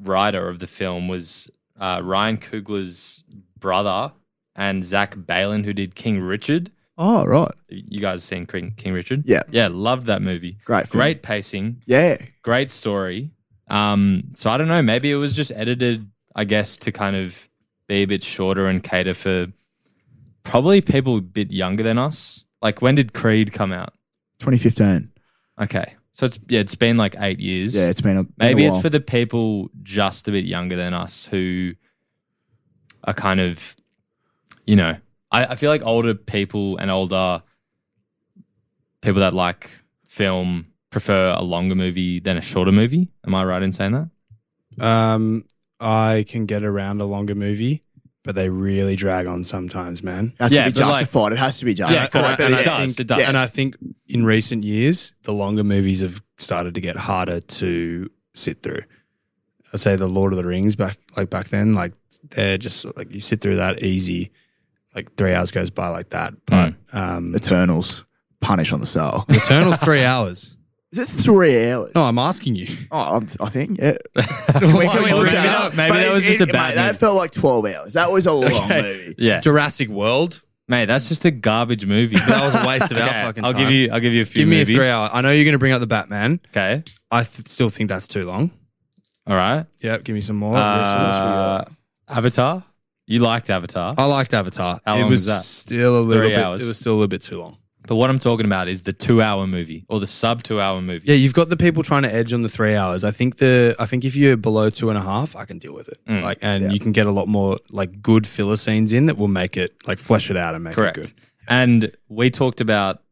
[SPEAKER 1] writer of the film was uh, Ryan Coogler's brother and Zach Balin, who did King Richard.
[SPEAKER 8] oh right,
[SPEAKER 1] You guys seen King, King Richard?
[SPEAKER 8] Yeah.
[SPEAKER 1] yeah, loved that movie.
[SPEAKER 8] great, film.
[SPEAKER 1] Great pacing,
[SPEAKER 8] Yeah,
[SPEAKER 1] great story. Um, so I don't know. Maybe it was just edited, I guess, to kind of be a bit shorter and cater for probably people a bit younger than us. Like when did Creed come out?
[SPEAKER 8] 2015.
[SPEAKER 1] Okay. So it's yeah, it's been like eight years.
[SPEAKER 8] Yeah, it's been a been a
[SPEAKER 1] Maybe it's
[SPEAKER 8] while.
[SPEAKER 1] for the people just a bit younger than us who are kind of you know I, I feel like older people and older people that like film prefer a longer movie than a shorter movie. Am I right in saying
[SPEAKER 7] *laughs*
[SPEAKER 1] that?
[SPEAKER 7] Um, I can get around a longer movie, but they really drag on sometimes, man.
[SPEAKER 8] It has
[SPEAKER 1] Yeah,
[SPEAKER 8] to be
[SPEAKER 1] but like-
[SPEAKER 8] justified. it has to be
[SPEAKER 1] Yeah,
[SPEAKER 8] justified.
[SPEAKER 7] and I-
[SPEAKER 1] correct, but
[SPEAKER 7] and
[SPEAKER 1] it
[SPEAKER 7] I
[SPEAKER 1] does,
[SPEAKER 7] think-
[SPEAKER 1] it does.
[SPEAKER 7] And I think in recent years, the longer movies have started to get harder to sit through. I'd say the Lord of the Rings back, like back then, like they're just like you sit through that easy, like three hours goes by like that.
[SPEAKER 1] Mm.
[SPEAKER 7] But um,
[SPEAKER 8] Eternals punish on
[SPEAKER 1] *laughs*
[SPEAKER 8] the soul.
[SPEAKER 7] Eternal's three hours.
[SPEAKER 8] Is it three hours?
[SPEAKER 7] No, I'm asking
[SPEAKER 1] *laughs*
[SPEAKER 7] you.
[SPEAKER 8] Oh, I'm, I think yeah.
[SPEAKER 7] Why are
[SPEAKER 8] Can we
[SPEAKER 7] we
[SPEAKER 8] look
[SPEAKER 7] bringing
[SPEAKER 8] that
[SPEAKER 7] it
[SPEAKER 8] up?
[SPEAKER 7] up?
[SPEAKER 1] Maybe
[SPEAKER 8] But
[SPEAKER 1] that
[SPEAKER 8] it's-
[SPEAKER 1] was just
[SPEAKER 8] it-
[SPEAKER 1] a bad
[SPEAKER 8] mate, That
[SPEAKER 1] movie.
[SPEAKER 8] felt like twelve hours.
[SPEAKER 1] *laughs*
[SPEAKER 8] That was a long
[SPEAKER 7] Okay.
[SPEAKER 8] movie.
[SPEAKER 1] Yeah,
[SPEAKER 7] Jurassic World.
[SPEAKER 1] mate, that's just a garbage movie.
[SPEAKER 7] That was a waste of our fucking
[SPEAKER 1] I'll
[SPEAKER 7] time.
[SPEAKER 1] give you. I'll give you a few.
[SPEAKER 7] Give me a
[SPEAKER 1] movies.
[SPEAKER 7] three hour. I know you're going to bring up the Batman.
[SPEAKER 1] Okay.
[SPEAKER 7] I th- still think that's too long.
[SPEAKER 1] All right.
[SPEAKER 7] Yep, give me some more.
[SPEAKER 1] Uh, Avatar. You liked Avatar.
[SPEAKER 7] I liked Avatar.
[SPEAKER 1] How
[SPEAKER 7] it
[SPEAKER 1] long
[SPEAKER 7] was
[SPEAKER 1] was that?
[SPEAKER 7] still a little
[SPEAKER 1] Three
[SPEAKER 7] bit.
[SPEAKER 1] hours.
[SPEAKER 7] It was still a little bit too long.
[SPEAKER 1] But what I'm talking about is the two hour movie or the sub two hour movie.
[SPEAKER 7] Yeah, you've got the people trying to edge on the three hours. I think the I think if you're below two and a half, I can deal with it.
[SPEAKER 1] Mm.
[SPEAKER 7] Like, and you can get a lot more like good filler scenes in that will make it like flesh it out and make
[SPEAKER 1] Correct.
[SPEAKER 7] it good.
[SPEAKER 1] And we talked about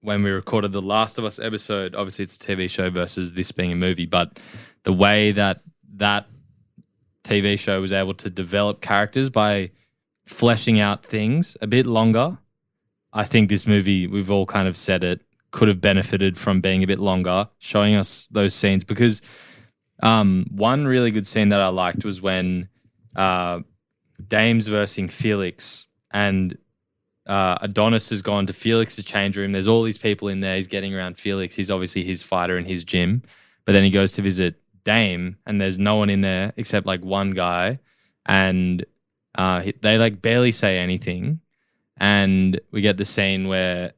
[SPEAKER 1] when we recorded the Last of Us episode. Obviously, it's a TV show versus this being a movie, but the way that that TV show was able to develop characters by fleshing out things a bit longer, I think this movie, we've all kind of said it, could have benefited from being a bit longer, showing us those scenes. Because um, one really good scene that I liked was when uh, Dame's versing Felix and uh, Adonis has gone to Felix's change room. There's all these people in there. He's getting around Felix. He's obviously his fighter in his gym. But then he goes to visit Dame, and there's no one in there except like one guy. And uh, he- they like barely say anything. and we get the scene where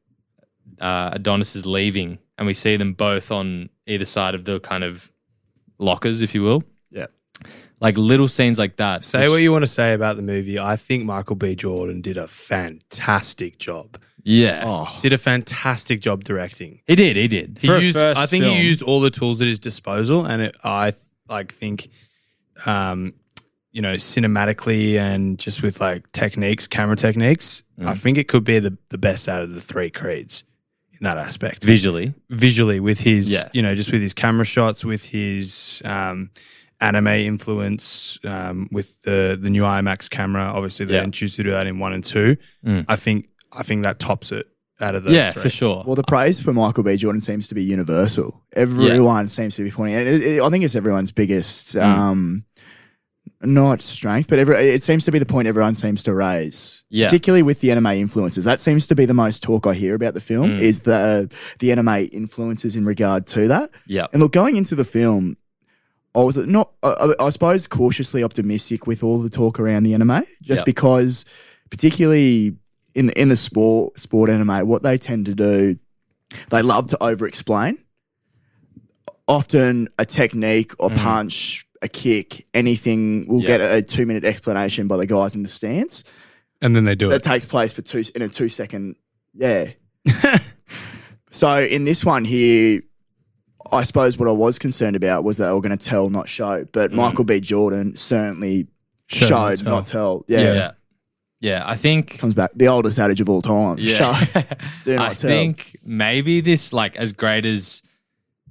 [SPEAKER 1] uh, Adonis is leaving, and we see them both on either side of the kind of lockers, if you will.
[SPEAKER 7] Yeah.
[SPEAKER 1] Like little scenes like that.
[SPEAKER 7] Say
[SPEAKER 1] which-
[SPEAKER 7] what you want to say about the movie. I think Michael B. Jordan did a fantastic job.
[SPEAKER 1] Yeah.
[SPEAKER 8] Oh,
[SPEAKER 7] Did a fantastic job directing.
[SPEAKER 1] He did. He did.
[SPEAKER 7] He
[SPEAKER 1] For a
[SPEAKER 7] used,
[SPEAKER 1] first
[SPEAKER 7] I think
[SPEAKER 1] film.
[SPEAKER 7] he used all the tools at his disposal, and it, I th- like think, um, you know, cinematically and just with like techniques, camera techniques,
[SPEAKER 1] Mm.
[SPEAKER 7] I think it could be the, the best out of the three creeds in that aspect.
[SPEAKER 1] visually.
[SPEAKER 7] Visually, with his,
[SPEAKER 1] Yeah.
[SPEAKER 7] you know, just with his camera shots, with his um, anime influence, um, with the the new IMAX camera. Obviously, they
[SPEAKER 1] Yeah. Mm.
[SPEAKER 7] didn't choose to do that in one and two. I think I think that tops it out of those.
[SPEAKER 1] Yeah,
[SPEAKER 7] three.
[SPEAKER 1] for sure.
[SPEAKER 8] well, the praise for Michael B. Jordan seems to be universal. Everyone seems to be pointing. And it, it, I think it's everyone's biggest,
[SPEAKER 1] Mm.
[SPEAKER 8] um, not strength, but every, it seems to be the point everyone seems to raise.
[SPEAKER 1] Yeah.
[SPEAKER 8] Particularly with the anime influences, that seems to be the most talk I hear about the film
[SPEAKER 1] Mm.
[SPEAKER 8] is the the anime influences in regard to that.
[SPEAKER 1] yeah.
[SPEAKER 8] And look, going into the film, I was not, I, I I suppose, cautiously optimistic with all the talk around the anime, just
[SPEAKER 1] Yep.
[SPEAKER 8] because, particularly in in the sport sport anime, what they tend to do, they love to over explain. Often, a technique or punch, a kick, anything will
[SPEAKER 1] Mm-hmm. Yeah.
[SPEAKER 8] get a two minute explanation by the guys in the stands
[SPEAKER 7] And then they do it.
[SPEAKER 8] that takes place for two in a two second.
[SPEAKER 1] *laughs*
[SPEAKER 8] Yeah. so in this one here, I suppose what I was concerned about was that they were going to tell, not show. But
[SPEAKER 1] Mm.
[SPEAKER 8] Michael B. Jordan certainly
[SPEAKER 7] Show, not
[SPEAKER 8] showed,
[SPEAKER 7] tell.
[SPEAKER 8] not tell. Yeah.
[SPEAKER 1] Yeah. Yeah. I think.
[SPEAKER 8] Comes back the oldest adage of all time.
[SPEAKER 1] Yeah.
[SPEAKER 8] Show.
[SPEAKER 1] *laughs*
[SPEAKER 8] Do not
[SPEAKER 1] I
[SPEAKER 8] tell.
[SPEAKER 1] think maybe this, like, as great as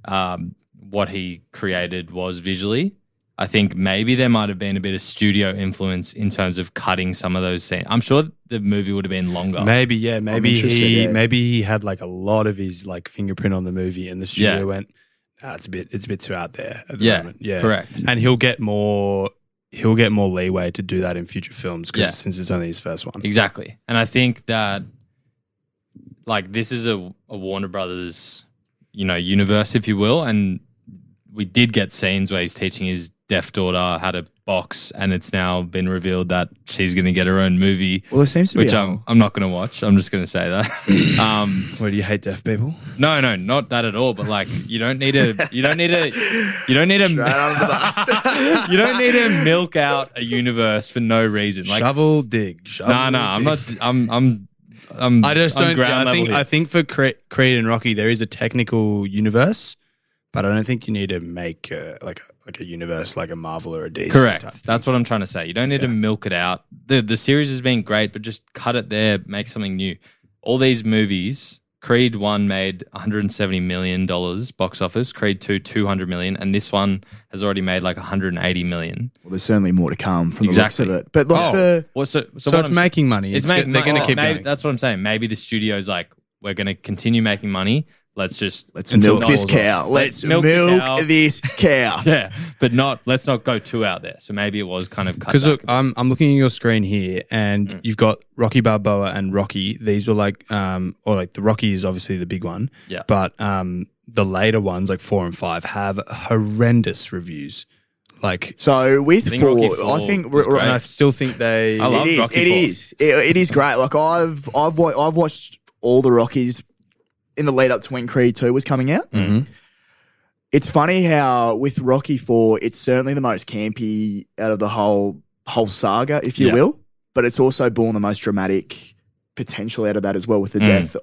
[SPEAKER 1] um, what he created was visually, I think maybe there might have been a bit of studio influence in terms of cutting some of those scenes. I'm sure the movie would have been longer.
[SPEAKER 7] Maybe yeah, maybe
[SPEAKER 8] interested,
[SPEAKER 7] he
[SPEAKER 8] yeah.
[SPEAKER 7] maybe he had like a lot of his like fingerprint on the movie, and the studio
[SPEAKER 1] Yeah.
[SPEAKER 7] went, nah, it's a bit it's a bit too out there at the
[SPEAKER 1] Yeah,
[SPEAKER 7] moment. Yeah,
[SPEAKER 1] correct.
[SPEAKER 7] And he'll get more he'll get more leeway to do that in future films 'cause
[SPEAKER 1] Yeah.
[SPEAKER 7] since it's only his first one.
[SPEAKER 1] Exactly. And I think that like this is a, a Warner Brothers, you know, universe, if you will. And we did get scenes where he's teaching his deaf daughter how to box and it's now been revealed that she's gonna get her own movie.
[SPEAKER 8] Well, there seems to be.
[SPEAKER 1] Which um,
[SPEAKER 8] a-
[SPEAKER 1] I'm, I'm not going to watch. I'm just going to say
[SPEAKER 8] *laughs*
[SPEAKER 1] that. um,
[SPEAKER 7] Why do you hate deaf people?
[SPEAKER 1] no, no, not that at all. But like, you don't need to. You don't need to. You don't need
[SPEAKER 8] Right
[SPEAKER 1] to. *laughs*
[SPEAKER 8] under the bus.
[SPEAKER 1] You don't need to milk out a universe for no reason. Like,
[SPEAKER 7] shovel dig. Shovel,
[SPEAKER 1] nah, nah. I'm
[SPEAKER 7] dig.
[SPEAKER 1] not. I'm. I'm. I'm.
[SPEAKER 7] I just
[SPEAKER 1] I'm
[SPEAKER 7] don't.
[SPEAKER 1] Ground
[SPEAKER 7] I think
[SPEAKER 1] level
[SPEAKER 7] I
[SPEAKER 1] here.
[SPEAKER 7] think for Cre- Creed and Rocky there is a technical universe, but I don't think you need to make uh like a, like a universe like a Marvel or a DC. type.
[SPEAKER 1] Correct. That's what I'm trying to say. You don't need to milk it out. The the series has been great, but just cut it there, make something new. All these movies, Creed 1 made 170 million dollars box office, Creed 2 200 million, and this one has already made like 180 million.
[SPEAKER 8] well, there's certainly more to come from
[SPEAKER 1] Exactly.
[SPEAKER 8] the looks of it. But look,
[SPEAKER 7] Oh.
[SPEAKER 8] the
[SPEAKER 1] What so so,
[SPEAKER 7] So
[SPEAKER 1] what
[SPEAKER 7] it's
[SPEAKER 1] I'm-
[SPEAKER 7] making money. It's,
[SPEAKER 1] it's making
[SPEAKER 7] go- they're going to
[SPEAKER 1] oh,
[SPEAKER 7] keep
[SPEAKER 1] maybe-
[SPEAKER 7] going.
[SPEAKER 1] That's what I'm saying. Maybe the studio's like we're going to continue making money. Let's just
[SPEAKER 8] let's
[SPEAKER 7] Until
[SPEAKER 8] milk
[SPEAKER 7] it
[SPEAKER 8] this
[SPEAKER 7] falls off.
[SPEAKER 8] cow. Let's,
[SPEAKER 1] Let's milk
[SPEAKER 8] milk,
[SPEAKER 1] the cow.
[SPEAKER 8] this cow.
[SPEAKER 1] *laughs* yeah, but not let's not go too out there. So maybe it was kind of cut
[SPEAKER 7] Because
[SPEAKER 1] back.
[SPEAKER 7] look, I'm I'm looking at your screen here, and
[SPEAKER 1] Mm.
[SPEAKER 7] you've got Rocky Balboa and Rocky. These were like, um, or like the Rocky is obviously the big one.
[SPEAKER 1] Yeah.
[SPEAKER 7] But um, the later ones, like four and five, have horrendous reviews. Like,
[SPEAKER 8] So with
[SPEAKER 1] I think Rocky
[SPEAKER 8] four,
[SPEAKER 1] four
[SPEAKER 8] I think
[SPEAKER 1] was
[SPEAKER 8] we're-
[SPEAKER 1] great.
[SPEAKER 7] and I still think they.
[SPEAKER 1] I love
[SPEAKER 8] It is.
[SPEAKER 1] Rocky
[SPEAKER 8] it
[SPEAKER 1] Four.
[SPEAKER 8] is. It, it is great. Like I've I've wa- I've watched all the Rockies in the lead up to when Creed Two was coming out.
[SPEAKER 1] Mm.
[SPEAKER 7] mm-hmm.
[SPEAKER 8] It's funny how with Rocky Four, it's certainly the most campy out of the whole whole saga, if you
[SPEAKER 1] Yeah.
[SPEAKER 8] will. But it's also born the most dramatic potential out of that as well, with the death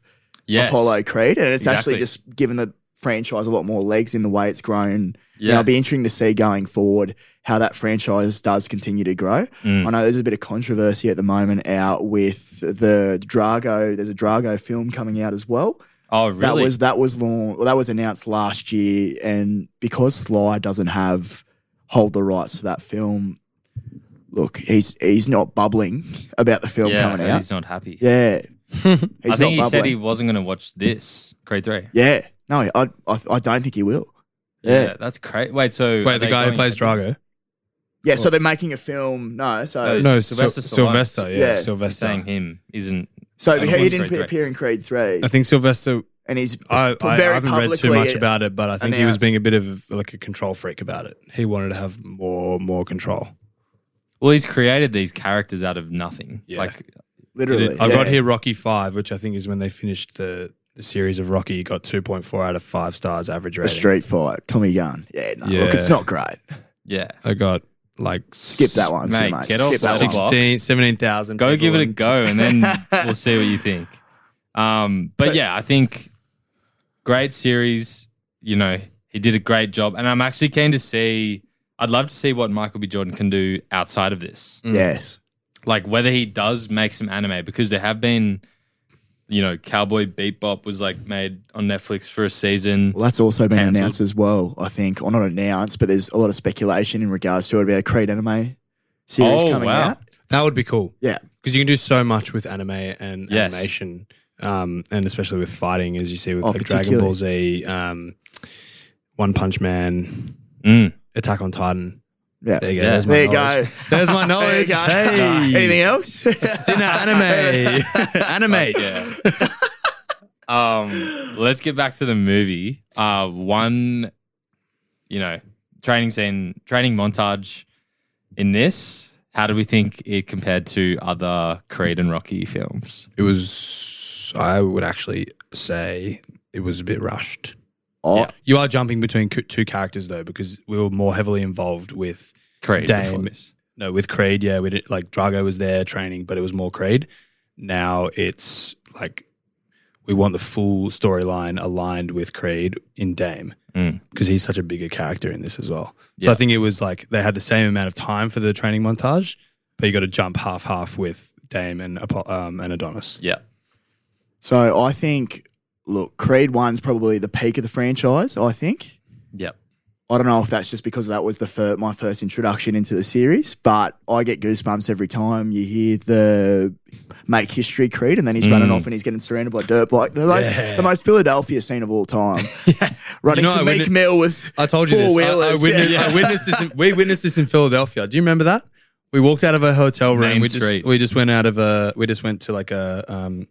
[SPEAKER 1] Mm. Yes.
[SPEAKER 8] Apollo Creed, and it's
[SPEAKER 1] Exactly.
[SPEAKER 8] actually just given the franchise a lot more legs in the way it's grown.
[SPEAKER 1] Yeah.
[SPEAKER 8] Yeah. Now, it'll be interesting to see going forward how that franchise does continue to grow.
[SPEAKER 1] Mm.
[SPEAKER 8] I know there's a bit of controversy at the moment out with the Drago. There's a Drago film coming out as well.
[SPEAKER 1] Oh, really?
[SPEAKER 8] That was that was laun- well, that was announced last year, and because Sly doesn't have hold the rights to that film, look, he's he's not bubbling about the film
[SPEAKER 1] yeah,
[SPEAKER 8] coming out.
[SPEAKER 1] He's not happy.
[SPEAKER 7] *laughs*
[SPEAKER 8] Yeah, he's
[SPEAKER 1] I think he
[SPEAKER 8] not
[SPEAKER 1] said he
[SPEAKER 8] bubbling.
[SPEAKER 1] wasn't going to watch this Creed Three.
[SPEAKER 8] Yeah. No, I, I I don't think he will. Yeah. Yeah.
[SPEAKER 1] that's crazy. Wait, so
[SPEAKER 7] Wait,
[SPEAKER 1] are
[SPEAKER 7] the
[SPEAKER 1] they
[SPEAKER 7] guy who
[SPEAKER 1] going-
[SPEAKER 7] plays Drago?
[SPEAKER 8] so they're making a film. No, so
[SPEAKER 1] No,
[SPEAKER 7] No,
[SPEAKER 1] Sylvester
[SPEAKER 7] Sylvester.
[SPEAKER 1] Stallone.
[SPEAKER 7] Sylvester, yeah,
[SPEAKER 8] Yeah.
[SPEAKER 1] He's saying
[SPEAKER 7] Sylvester.
[SPEAKER 1] him isn't.
[SPEAKER 8] so
[SPEAKER 1] that
[SPEAKER 8] he
[SPEAKER 1] was
[SPEAKER 8] didn't
[SPEAKER 1] Creed
[SPEAKER 8] appear in Creed three,
[SPEAKER 7] I think Sylvester.
[SPEAKER 8] and he's
[SPEAKER 7] I, I, I
[SPEAKER 8] very
[SPEAKER 7] haven't read too
[SPEAKER 8] publicly
[SPEAKER 7] much about it, but I think he was
[SPEAKER 8] announced-
[SPEAKER 7] being a bit of like a control freak about it. He wanted to have more more control.
[SPEAKER 1] Well, he's created these characters out of nothing.
[SPEAKER 7] Yeah.
[SPEAKER 1] Like
[SPEAKER 8] Literally.
[SPEAKER 7] I've got
[SPEAKER 8] yeah.
[SPEAKER 7] here Rocky Five, which I think is when they finished the, the series of Rocky. You got two point four out of five stars average
[SPEAKER 8] A
[SPEAKER 7] rating.
[SPEAKER 8] street fight, Tommy Gunn. Yeah, no, look,
[SPEAKER 7] Yeah.
[SPEAKER 8] it's not great.
[SPEAKER 1] Yeah.
[SPEAKER 7] I got like skip
[SPEAKER 8] Skip that one,
[SPEAKER 1] Mate,
[SPEAKER 8] mate. mate.
[SPEAKER 1] get off
[SPEAKER 8] Skip that
[SPEAKER 1] the
[SPEAKER 8] one.
[SPEAKER 1] box.
[SPEAKER 7] 16, 17,000.
[SPEAKER 1] Go
[SPEAKER 7] people
[SPEAKER 1] give it a
[SPEAKER 7] and- *laughs*
[SPEAKER 1] go, and then we'll see what you think. Um, but, yeah, I think great series. You know, he did a great job, and I'm actually keen to see. I'd love to see what Michael B. Jordan can do outside of this.
[SPEAKER 7] Mm.
[SPEAKER 8] Yes.
[SPEAKER 1] like whether he does make some anime because there have been you know cowboy bebop was like made on netflix for a season
[SPEAKER 8] Well, that's also been
[SPEAKER 1] Cancelled.
[SPEAKER 8] announced as well, I think. Or not announced, but there's a lot of speculation in regards to it about a Creed anime series
[SPEAKER 1] Oh,
[SPEAKER 8] coming
[SPEAKER 1] wow.
[SPEAKER 8] out.
[SPEAKER 7] That would be cool.
[SPEAKER 8] Yeah.
[SPEAKER 7] Because you can do so much with anime and
[SPEAKER 1] Yes.
[SPEAKER 7] animation, um, and especially with fighting, as you see with
[SPEAKER 8] Oh,
[SPEAKER 7] like Dragon Ball Z, um, One Punch Man,
[SPEAKER 1] Mm.
[SPEAKER 7] Attack on Titan.
[SPEAKER 8] Yeah.
[SPEAKER 7] There you go.
[SPEAKER 1] Yeah.
[SPEAKER 7] There's my
[SPEAKER 8] There you
[SPEAKER 7] knowledge.
[SPEAKER 8] go.
[SPEAKER 7] *laughs*
[SPEAKER 1] *laughs*
[SPEAKER 7] There's my
[SPEAKER 8] *laughs* There
[SPEAKER 7] knowledge.
[SPEAKER 8] you go.
[SPEAKER 1] Oh,
[SPEAKER 8] *laughs*
[SPEAKER 7] Hey.
[SPEAKER 8] Anything else? *laughs*
[SPEAKER 7] Cine anime. *laughs* Animates.
[SPEAKER 1] um let's get back to the movie uh one you know training scene training montage in this how do we think it compared to other creed and rocky films
[SPEAKER 7] It was, I would actually say, it was a bit rushed.
[SPEAKER 8] Oh,
[SPEAKER 1] Yeah.
[SPEAKER 7] You are jumping between co- two characters though, because we were more heavily involved with
[SPEAKER 1] creed
[SPEAKER 7] Dame.
[SPEAKER 1] before this.
[SPEAKER 7] no with Creed. Yeah, we did like Drago was there training, but it was more Creed. Now it's like we want the full storyline aligned with Creed in Dame
[SPEAKER 1] Mm.
[SPEAKER 7] because he's such a bigger character in this as well.
[SPEAKER 1] Yeah.
[SPEAKER 7] So I think it was like they had the same amount of time for the training montage, but you got to jump half half with Dame and Apo- um, and Adonis.
[SPEAKER 1] yeah
[SPEAKER 8] So I think, look, Creed 1's probably the peak of the franchise, I think.
[SPEAKER 1] yeah
[SPEAKER 8] I don't know if that's just because that was the fir- my first introduction into the series, but I get goosebumps every time you hear the make history creed, and then he's running off and he's getting surrounded by dirt bike. The most,
[SPEAKER 7] Mm. Yeah.
[SPEAKER 8] the most Philadelphia scene of
[SPEAKER 7] *laughs*
[SPEAKER 8] all time. Running
[SPEAKER 7] You know,
[SPEAKER 8] to
[SPEAKER 7] I
[SPEAKER 8] Meek
[SPEAKER 7] witnessed-
[SPEAKER 8] Mill with *laughs*
[SPEAKER 7] I told you this. I- I,
[SPEAKER 8] four-wheelers.
[SPEAKER 7] witnessed,
[SPEAKER 8] Yeah.
[SPEAKER 7] I witnessed this. In, we witnessed this in Philadelphia. Do you remember that? We walked out of a hotel room.
[SPEAKER 1] Main
[SPEAKER 7] we
[SPEAKER 1] street.
[SPEAKER 7] just we just went out of a. We just went to like a um,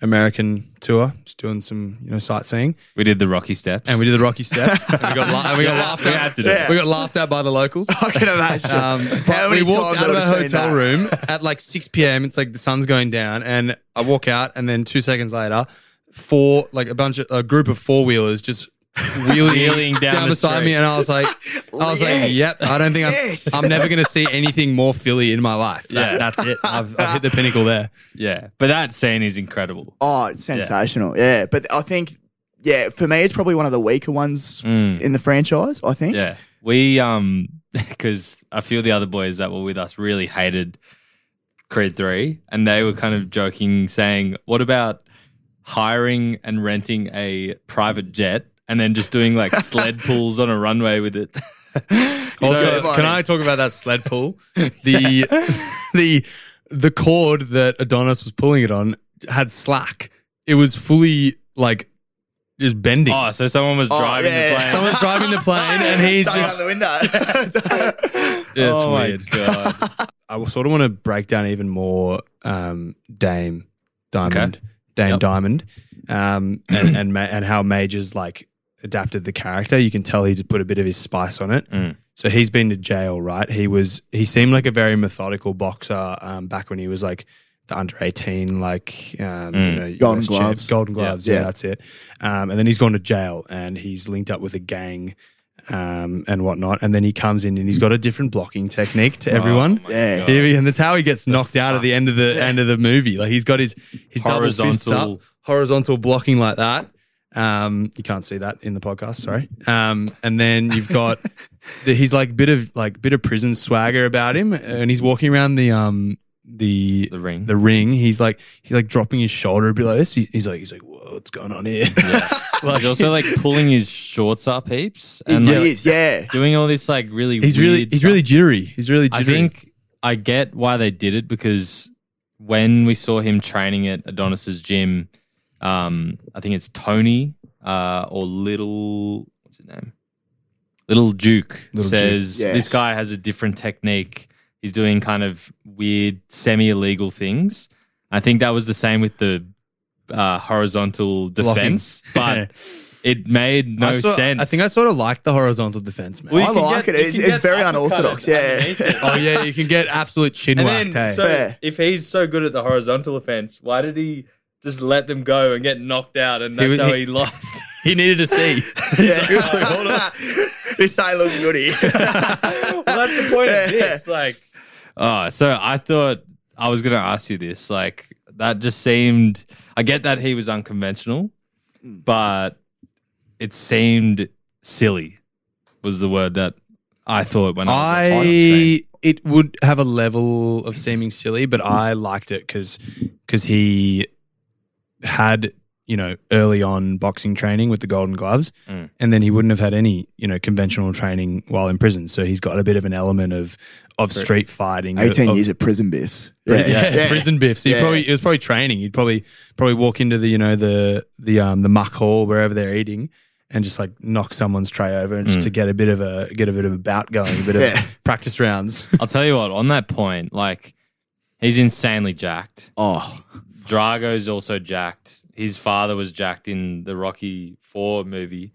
[SPEAKER 7] American tour, just doing some you know sightseeing,
[SPEAKER 1] *laughs* we did the rocky steps
[SPEAKER 7] and we did the Rocky
[SPEAKER 1] *laughs*
[SPEAKER 7] Steps. and we got la- and we got laughed
[SPEAKER 1] we
[SPEAKER 7] at.
[SPEAKER 1] had to do it.
[SPEAKER 7] We got laughed at by the locals.
[SPEAKER 8] I can imagine.
[SPEAKER 7] Um,
[SPEAKER 8] How
[SPEAKER 7] but we
[SPEAKER 8] many
[SPEAKER 7] walked
[SPEAKER 8] times
[SPEAKER 7] out
[SPEAKER 8] I
[SPEAKER 7] of our
[SPEAKER 8] would've seen
[SPEAKER 7] hotel
[SPEAKER 8] that?
[SPEAKER 7] room at like 6 p.m. It's like the sun's going down, and I walk out, and then two seconds later, four like a bunch of a group of four wheelers just wheeling,
[SPEAKER 1] Wheeling down
[SPEAKER 7] down,
[SPEAKER 1] the
[SPEAKER 7] beside me,
[SPEAKER 1] street.
[SPEAKER 7] and I was like, I was like,
[SPEAKER 8] Yes.
[SPEAKER 7] yep, I don't think
[SPEAKER 8] Yes.
[SPEAKER 7] I'm, I'm never gonna see anything more Philly in my life. That-
[SPEAKER 1] Yeah.
[SPEAKER 7] that's *laughs* it. I've, I've hit the pinnacle there.
[SPEAKER 1] yeah but that scene is incredible
[SPEAKER 8] Oh, it's sensational. Yeah. But I think, yeah, for me, it's probably one of the weaker ones
[SPEAKER 1] Mm.
[SPEAKER 8] in the franchise, I think. *laughs*
[SPEAKER 1] Yeah. We um *laughs* because a few of the other boys that were with us really hated Creed 3 and they were kind of joking saying, "What about hiring and renting a private jet and then just doing
[SPEAKER 8] *laughs*
[SPEAKER 1] like sled pulls on a runway with it?"
[SPEAKER 7] Also,
[SPEAKER 8] So-
[SPEAKER 7] can I talk about that sled pull? The the the cord that Adonis was pulling it on had slack. It was fully like just bending.
[SPEAKER 1] Oh, so someone was
[SPEAKER 8] Oh,
[SPEAKER 1] driving
[SPEAKER 8] yeah, yeah.
[SPEAKER 1] the plane.
[SPEAKER 7] Someone's driving the plane and he's
[SPEAKER 8] Duck
[SPEAKER 7] just
[SPEAKER 8] out the
[SPEAKER 1] *laughs*
[SPEAKER 7] *laughs*
[SPEAKER 8] window.
[SPEAKER 7] Yeah, it's
[SPEAKER 1] oh my
[SPEAKER 7] weird.
[SPEAKER 1] God.
[SPEAKER 7] *laughs* I sort of want to break down even more um, Dame Diamond, Dame
[SPEAKER 1] Yep.
[SPEAKER 7] Diamond, um, and and, ma- and how Majors like adapted the character. You can tell he just put a bit of his spice on it.
[SPEAKER 1] Mm.
[SPEAKER 7] So he's been to jail, right? He was he seemed like a very methodical boxer um, back when he was like the under eighteen, like um,
[SPEAKER 1] Mm.
[SPEAKER 7] you know,
[SPEAKER 8] Golden
[SPEAKER 7] US champ-
[SPEAKER 8] Gloves.
[SPEAKER 7] golden gloves. Yeah,
[SPEAKER 8] Yeah.
[SPEAKER 7] that's it. Um, and then he's gone to jail, and he's linked up with a gang. Um, and whatnot, and then he comes in and he's got a different blocking technique to *laughs* everyone.
[SPEAKER 1] my
[SPEAKER 8] *laughs* Yeah.
[SPEAKER 1] Oh, God.
[SPEAKER 7] He- and that's how he gets knocked out at the end of the end of the movie. Like he's got his his double fists
[SPEAKER 1] Horizontal.
[SPEAKER 7] up, horizontal blocking like that. Um, you can't see that in the podcast, sorry. Um, and then
[SPEAKER 1] *laughs*
[SPEAKER 7] you've got the, he's like bit of like bit of prison swagger about him, and he's walking around the um the
[SPEAKER 1] The ring.
[SPEAKER 7] the ring. He's like he's like dropping his shoulder a bit like this. He- he's like he's like whoa, what's going on here?
[SPEAKER 1] He's also like pulling his shorts up heaps and
[SPEAKER 8] He
[SPEAKER 1] like
[SPEAKER 8] is, yeah.
[SPEAKER 1] doing all this like really
[SPEAKER 7] *laughs* he's really
[SPEAKER 1] weird
[SPEAKER 7] he's
[SPEAKER 1] stuff.
[SPEAKER 7] really jittery. He's really jittery.
[SPEAKER 1] I think I get why they did it because when we saw him training at Adonis's gym, um, I think it's Tony uh, or Little, what's his name? Little Duke
[SPEAKER 7] Little Duke,
[SPEAKER 1] says this
[SPEAKER 8] yes.
[SPEAKER 1] guy has a different technique. He's doing kind of weird, semi illegal things. I think that was the same with the uh, horizontal *laughs*
[SPEAKER 7] Blocking.
[SPEAKER 1] defense, but It made no
[SPEAKER 7] I sort-
[SPEAKER 1] sense.
[SPEAKER 7] I think I sort of like the horizontal defense, man.
[SPEAKER 1] Well, you
[SPEAKER 8] I
[SPEAKER 1] can
[SPEAKER 8] like
[SPEAKER 1] get-
[SPEAKER 8] it.
[SPEAKER 1] you
[SPEAKER 8] It's,
[SPEAKER 1] can
[SPEAKER 8] it's
[SPEAKER 1] get
[SPEAKER 8] very
[SPEAKER 1] uppercutted
[SPEAKER 8] unorthodox. Yeah.
[SPEAKER 1] underneath it.
[SPEAKER 7] oh yeah, you can get absolute chin
[SPEAKER 1] And
[SPEAKER 7] whacked.
[SPEAKER 1] then,
[SPEAKER 7] hey.
[SPEAKER 1] so
[SPEAKER 8] Fair.
[SPEAKER 1] if he's so good at the horizontal offense, why did he just let them go and get knocked out? And
[SPEAKER 7] He
[SPEAKER 1] that's
[SPEAKER 7] was-
[SPEAKER 1] how
[SPEAKER 7] he-
[SPEAKER 1] he *laughs* lost.
[SPEAKER 7] he needed to *laughs* see. "Oh,
[SPEAKER 8] *laughs* this side looks
[SPEAKER 7] *laughs*
[SPEAKER 8] goody.
[SPEAKER 1] well, that's the point of
[SPEAKER 8] Yeah.
[SPEAKER 1] this. Like, oh, so I thought I was gonna ask you this. Like, that just seemed. I get that he was unconventional, but it seemed silly. Was the word that I thought when I was watching Spain.
[SPEAKER 7] I it would have a level of seeming silly, but I liked it because he had you know early on boxing training with the Golden Gloves,
[SPEAKER 1] Mm.
[SPEAKER 7] and then he wouldn't have had any you know conventional training while in prison. So he's got a bit of an element of of street fighting. of-
[SPEAKER 8] 18
[SPEAKER 7] of-
[SPEAKER 8] years at prison biffs.
[SPEAKER 7] *laughs* Yeah,
[SPEAKER 8] Yeah.
[SPEAKER 7] prison biff. So he
[SPEAKER 8] Yeah.
[SPEAKER 7] probably it was probably training. He'd probably probably walk into the you know the the um the muck hall wherever they're eating and just like knock someone's tray over and just to get a bit of a get a bit of a bout going, a bit
[SPEAKER 8] Yeah.
[SPEAKER 7] of practice rounds. *laughs*
[SPEAKER 1] I'll tell you what. On that point, like, he's insanely jacked.
[SPEAKER 8] Oh,
[SPEAKER 1] Drago's also jacked. His father was jacked in the Rocky Four movie.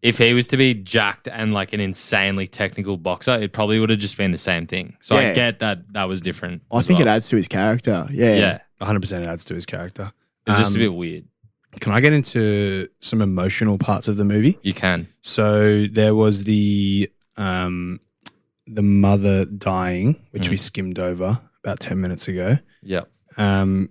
[SPEAKER 1] If he was to be jacked and like an insanely technical boxer, it probably would have just been the same thing. So I
[SPEAKER 8] Yeah.
[SPEAKER 1] get that that was different.
[SPEAKER 8] I
[SPEAKER 1] as
[SPEAKER 8] think it
[SPEAKER 1] well.
[SPEAKER 8] adds to his character. Yeah.
[SPEAKER 1] Yeah,
[SPEAKER 7] One hundred percent adds to his character.
[SPEAKER 1] it's just a
[SPEAKER 7] Um,
[SPEAKER 1] bit weird.
[SPEAKER 7] Can I get into some emotional parts of the movie?
[SPEAKER 1] You can.
[SPEAKER 7] So there was the um the mother dying, which
[SPEAKER 1] Mm.
[SPEAKER 7] we skimmed over about ten minutes ago.
[SPEAKER 1] Yeah.
[SPEAKER 7] Um,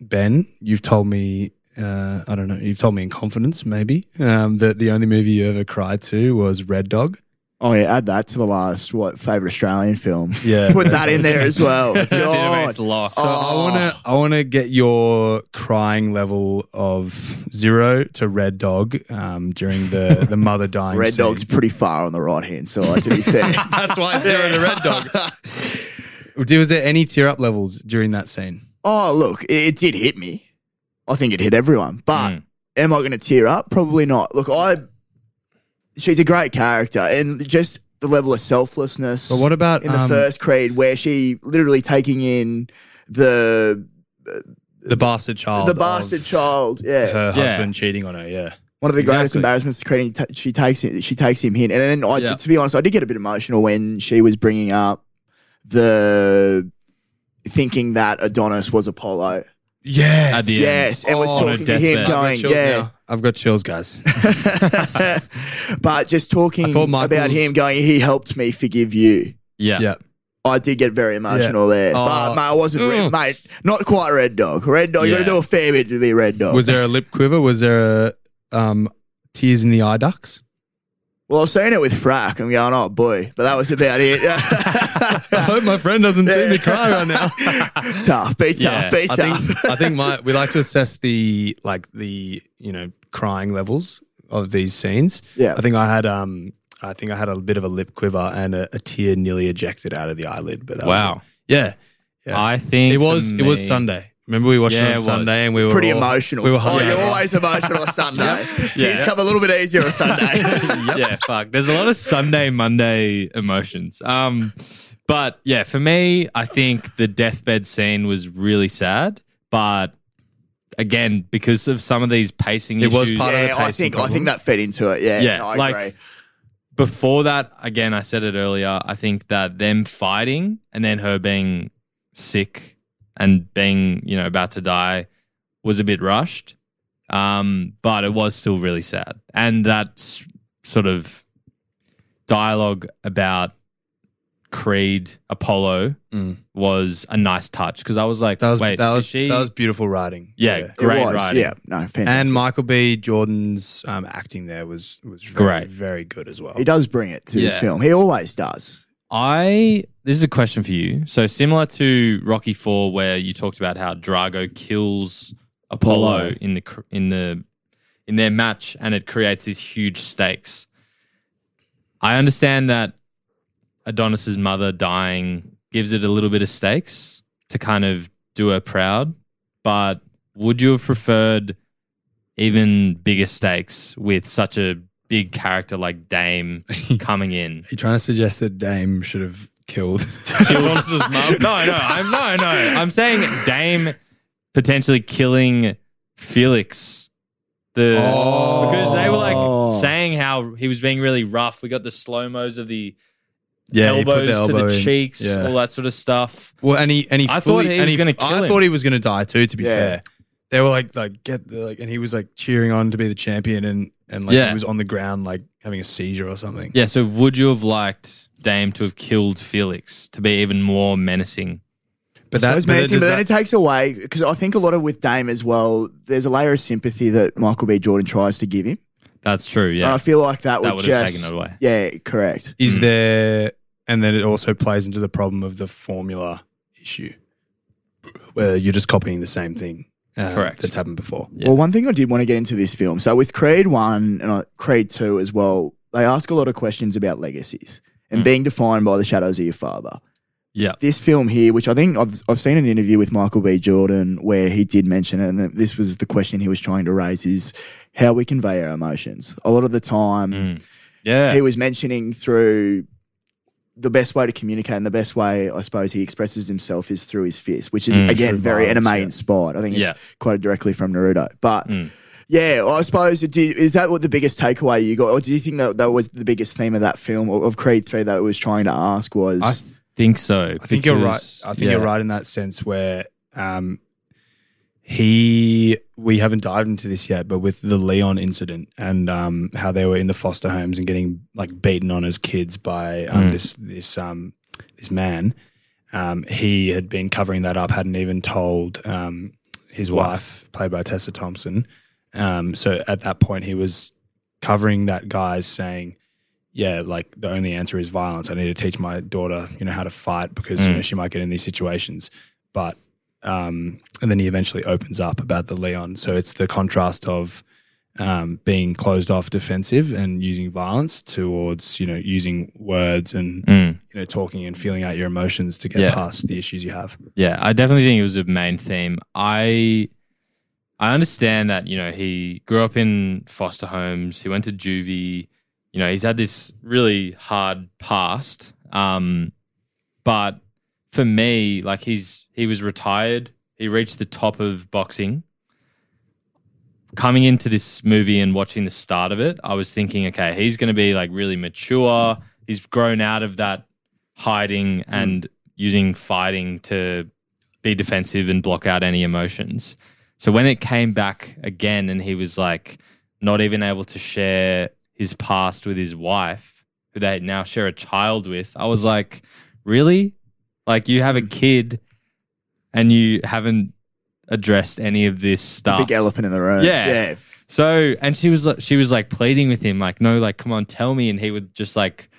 [SPEAKER 7] ben, you've told me, uh, I don't know, you've told me in confidence maybe um, that the only movie you ever cried to was Red Dog.
[SPEAKER 8] Oh, yeah. Add that to the last, what, favorite Australian film.
[SPEAKER 7] Yeah,
[SPEAKER 8] Put that in there as *laughs* well.
[SPEAKER 1] Cinemate's
[SPEAKER 8] God. Oh,
[SPEAKER 1] lost.
[SPEAKER 7] *laughs* So I wanna, I wanna get your crying level of zero to Red Dog um, during the the *laughs* mother dying.
[SPEAKER 8] Red
[SPEAKER 7] scene.
[SPEAKER 8] Dog's pretty far on the right hand side, to be fair.
[SPEAKER 7] That's why it's zero to Red Dog. *laughs* Was there any tear up levels during that scene?
[SPEAKER 8] Oh, look, it, it did hit me. I think it hit everyone. But
[SPEAKER 1] Mm.
[SPEAKER 8] am I going to tear up? Probably not. Look, I. She's a great character, and just the level of selflessness.
[SPEAKER 7] But what about
[SPEAKER 8] in the
[SPEAKER 7] um,
[SPEAKER 8] first Creed, where she literally taking in the
[SPEAKER 7] the bastard child?
[SPEAKER 8] the bastard
[SPEAKER 7] of
[SPEAKER 8] child? Yeah,
[SPEAKER 7] Her
[SPEAKER 1] Yeah.
[SPEAKER 7] husband cheating on her. Yeah.
[SPEAKER 8] one of the greatest
[SPEAKER 1] Exactly.
[SPEAKER 8] embarrassments to Creed. ta- She takes it. She takes him in, and then I,
[SPEAKER 1] Yeah.
[SPEAKER 8] to be honest, I did get a bit emotional when she was bringing up the thinking that Adonis was Apollo.
[SPEAKER 7] Yes.
[SPEAKER 1] At the end.
[SPEAKER 8] Yes, and was
[SPEAKER 7] Oh, on a
[SPEAKER 8] talking to him,
[SPEAKER 1] deathbed.
[SPEAKER 8] going,
[SPEAKER 7] chills
[SPEAKER 8] yeah.
[SPEAKER 7] now. I've got chills, guys.
[SPEAKER 8] *laughs* but just
[SPEAKER 7] I
[SPEAKER 8] talking
[SPEAKER 7] thought Michael's-
[SPEAKER 8] about him going, he helped me forgive you.
[SPEAKER 1] Yeah.
[SPEAKER 7] yeah.
[SPEAKER 8] I did get very emotional there,
[SPEAKER 7] Oh.
[SPEAKER 8] but mate, I wasn't
[SPEAKER 7] Mm.
[SPEAKER 8] red, mate. Not quite red dog. Red dog, you got
[SPEAKER 1] Yeah.
[SPEAKER 8] to do a fair bit to be red dog.
[SPEAKER 7] Was there a lip quiver? Was there a um, tears in the eye ducts? *laughs*
[SPEAKER 8] well, I've seen it with Frack. I'm going, oh boy, but that was about it. *laughs*
[SPEAKER 7] I hope my friend doesn't see me cry right
[SPEAKER 8] *laughs*
[SPEAKER 7] now.
[SPEAKER 8] tough, be tough,
[SPEAKER 1] Yeah,
[SPEAKER 8] be
[SPEAKER 7] I
[SPEAKER 8] tough.
[SPEAKER 7] think I think my we like to assess the like the you know crying levels of these scenes.
[SPEAKER 8] *laughs* Yeah.
[SPEAKER 7] I think I had um I think I had a bit of a lip quiver and a, a tear nearly ejected out of the eyelid. But that was
[SPEAKER 1] Wow.
[SPEAKER 7] it. yeah, yeah.
[SPEAKER 1] I think
[SPEAKER 7] it was
[SPEAKER 1] for
[SPEAKER 7] it was
[SPEAKER 1] me-
[SPEAKER 7] Sunday. Remember we watched
[SPEAKER 1] Yeah, it
[SPEAKER 7] it on
[SPEAKER 1] was.
[SPEAKER 7] Sunday and we were
[SPEAKER 8] Pretty
[SPEAKER 7] all-
[SPEAKER 8] emotional.
[SPEAKER 7] We were
[SPEAKER 8] oh,
[SPEAKER 7] hungover.
[SPEAKER 8] you're always
[SPEAKER 7] *laughs*
[SPEAKER 8] emotional on Sunday. Tears
[SPEAKER 1] Yeah.
[SPEAKER 8] come a little bit easier on Sunday.
[SPEAKER 1] yeah, fuck. There's a lot of Sunday, Monday emotions. Um, but yeah, for me, I think the deathbed scene was really sad. But again, because of some of these pacing
[SPEAKER 7] It
[SPEAKER 1] issues,
[SPEAKER 7] was *laughs* part of the
[SPEAKER 8] yeah, I
[SPEAKER 7] pacing
[SPEAKER 8] think I
[SPEAKER 7] problem.
[SPEAKER 8] think that fed into it. Yeah,
[SPEAKER 1] Yeah,
[SPEAKER 8] no, I
[SPEAKER 1] like-
[SPEAKER 8] agree.
[SPEAKER 1] before that, again, I said it earlier. I think that them fighting and then her being sick and being you know about to die was a bit rushed. Um, but it was still really sad, and that s- sort of dialogue about Creed Apollo
[SPEAKER 7] Mm.
[SPEAKER 1] was a nice touch because I was like,
[SPEAKER 7] That was
[SPEAKER 1] wait,
[SPEAKER 7] that was
[SPEAKER 1] is she?
[SPEAKER 7] that was beautiful writing.
[SPEAKER 1] yeah,
[SPEAKER 7] yeah.
[SPEAKER 1] great
[SPEAKER 8] it was,
[SPEAKER 1] writing.
[SPEAKER 8] Yeah, no, fantastic.
[SPEAKER 7] And Michael B. Jordan's um, acting there was was very,
[SPEAKER 1] Great.
[SPEAKER 7] very good as well.
[SPEAKER 8] He does bring it to this
[SPEAKER 1] Yeah.
[SPEAKER 8] film. He always does.
[SPEAKER 1] I this is a question for you. So similar to Rocky Four, where you talked about how Drago kills Apollo,
[SPEAKER 8] Apollo.
[SPEAKER 1] in the cr- in the in their match, and it creates these huge stakes. I understand that Adonis's mother dying gives it a little bit of stakes to kind of do her proud, but would you have preferred even bigger stakes with such a big character like Dame coming in?
[SPEAKER 7] Are you trying to suggest that Dame should have
[SPEAKER 1] *laughs*
[SPEAKER 7] killed? *laughs*
[SPEAKER 1] No, no, I'm no, no. I'm saying Dame potentially killing Felix The
[SPEAKER 7] Oh.
[SPEAKER 1] because they were like
[SPEAKER 8] Oh.
[SPEAKER 1] saying how he was being really rough. We got the slow mos of the
[SPEAKER 7] Yeah, he put
[SPEAKER 1] elbows
[SPEAKER 7] the elbow
[SPEAKER 1] to the
[SPEAKER 7] in.
[SPEAKER 1] cheeks,
[SPEAKER 7] Yeah.
[SPEAKER 1] all that sort of stuff.
[SPEAKER 7] Well, and he and he
[SPEAKER 1] I
[SPEAKER 7] fully,
[SPEAKER 1] thought he
[SPEAKER 7] and
[SPEAKER 1] was gonna
[SPEAKER 7] I
[SPEAKER 1] kill him.
[SPEAKER 7] thought he was gonna die too. To be
[SPEAKER 8] Yeah.
[SPEAKER 7] fair, they were like like get the, like, and he was like cheering on to be the champion, and and like
[SPEAKER 1] Yeah.
[SPEAKER 7] he was on the ground like having a seizure or something.
[SPEAKER 1] Yeah. So would you have liked Dame to have killed Felix to be even more menacing?
[SPEAKER 7] But
[SPEAKER 8] That
[SPEAKER 7] that,
[SPEAKER 8] was
[SPEAKER 7] but
[SPEAKER 8] menacing,
[SPEAKER 7] does
[SPEAKER 8] but then
[SPEAKER 7] that-
[SPEAKER 8] it takes away because I think a lot of with Dame as well. There's a layer of sympathy that Michael B. Jordan tries to give him,
[SPEAKER 1] That's true.
[SPEAKER 8] and
[SPEAKER 7] Uh,
[SPEAKER 1] Yeah.
[SPEAKER 8] I feel like that,
[SPEAKER 1] That
[SPEAKER 8] would
[SPEAKER 1] would have
[SPEAKER 8] just
[SPEAKER 1] taken it away.
[SPEAKER 8] Yeah, correct.
[SPEAKER 7] is there, and then it also plays into the problem of the formula issue, where you're just copying the same thing. uh,
[SPEAKER 1] Correct.
[SPEAKER 7] That's happened before.
[SPEAKER 1] Yeah.
[SPEAKER 8] Well, one thing I did want to get into this film. So with Creed One and uh, Creed Two as well, they ask a lot of questions about legacies
[SPEAKER 1] Mm.
[SPEAKER 8] and being defined by the shadows of your father.
[SPEAKER 1] Yeah.
[SPEAKER 8] This film here, which I think I've I've seen an interview with Michael B. Jordan where he did mention it, and that this was the question he was trying to raise: is how we convey our emotions. A lot of the time,
[SPEAKER 1] Mm. Yeah.
[SPEAKER 8] he was mentioning through the best way to communicate and the best way I suppose he expresses himself is through his fist, which is
[SPEAKER 1] Mm.
[SPEAKER 8] again
[SPEAKER 7] Through
[SPEAKER 8] very
[SPEAKER 7] violence,
[SPEAKER 8] anime
[SPEAKER 7] yeah.
[SPEAKER 8] inspired. I think
[SPEAKER 1] Yeah.
[SPEAKER 8] it's quoted directly from Naruto. But
[SPEAKER 1] Mm.
[SPEAKER 8] yeah, I suppose it did, is that what the biggest takeaway you got, or do you think that that was the biggest theme of that film or of Creed Three that it was trying to ask was
[SPEAKER 7] I
[SPEAKER 1] think so.
[SPEAKER 7] I think you're right.
[SPEAKER 1] because-
[SPEAKER 7] I think you're
[SPEAKER 1] yeah.
[SPEAKER 7] right in that sense where um, he we haven't dived into this yet, but with the Leon incident and um, how they were in the foster homes and getting like beaten on as kids by um,
[SPEAKER 1] Mm.
[SPEAKER 7] this this um, this man, um, he had been covering that up, hadn't even told um, his wife, played by Tessa Thompson. Um, so at that point, he was covering that guy's saying yeah, like the only answer is violence. I need to teach my daughter, you know, how to fight because you
[SPEAKER 1] Mm.
[SPEAKER 7] know she might get in these situations. But um, and then he eventually opens up about the Leon. So it's the contrast of um, being closed off, defensive, and using violence towards you know using words and
[SPEAKER 1] Mm.
[SPEAKER 7] you know talking and feeling out your emotions to get
[SPEAKER 1] Yeah.
[SPEAKER 7] past the issues you have.
[SPEAKER 1] Yeah, I definitely think it was a main theme. I I understand that, you know, he grew up in foster homes, he went to juvie, you know, he's had this really hard past. Um but for me, like he's he was retired, he reached the top of boxing. Coming into this movie and watching the start of it, I was thinking, okay, he's going to be like really mature. He's grown out of that
[SPEAKER 8] Mm.
[SPEAKER 1] hiding and using fighting to be defensive and block out any emotions. So when it came back again and he was like not even able to share his past with his wife, who they now share a child with, I was like, really? Like you have a
[SPEAKER 8] Mm-hmm.
[SPEAKER 1] kid and you haven't addressed any of this
[SPEAKER 8] the
[SPEAKER 1] stuff.
[SPEAKER 8] big elephant in the room?
[SPEAKER 1] Yeah.
[SPEAKER 8] yeah.
[SPEAKER 1] So, and she was she was like pleading with him, like, no, like, come on, tell me. And he would just like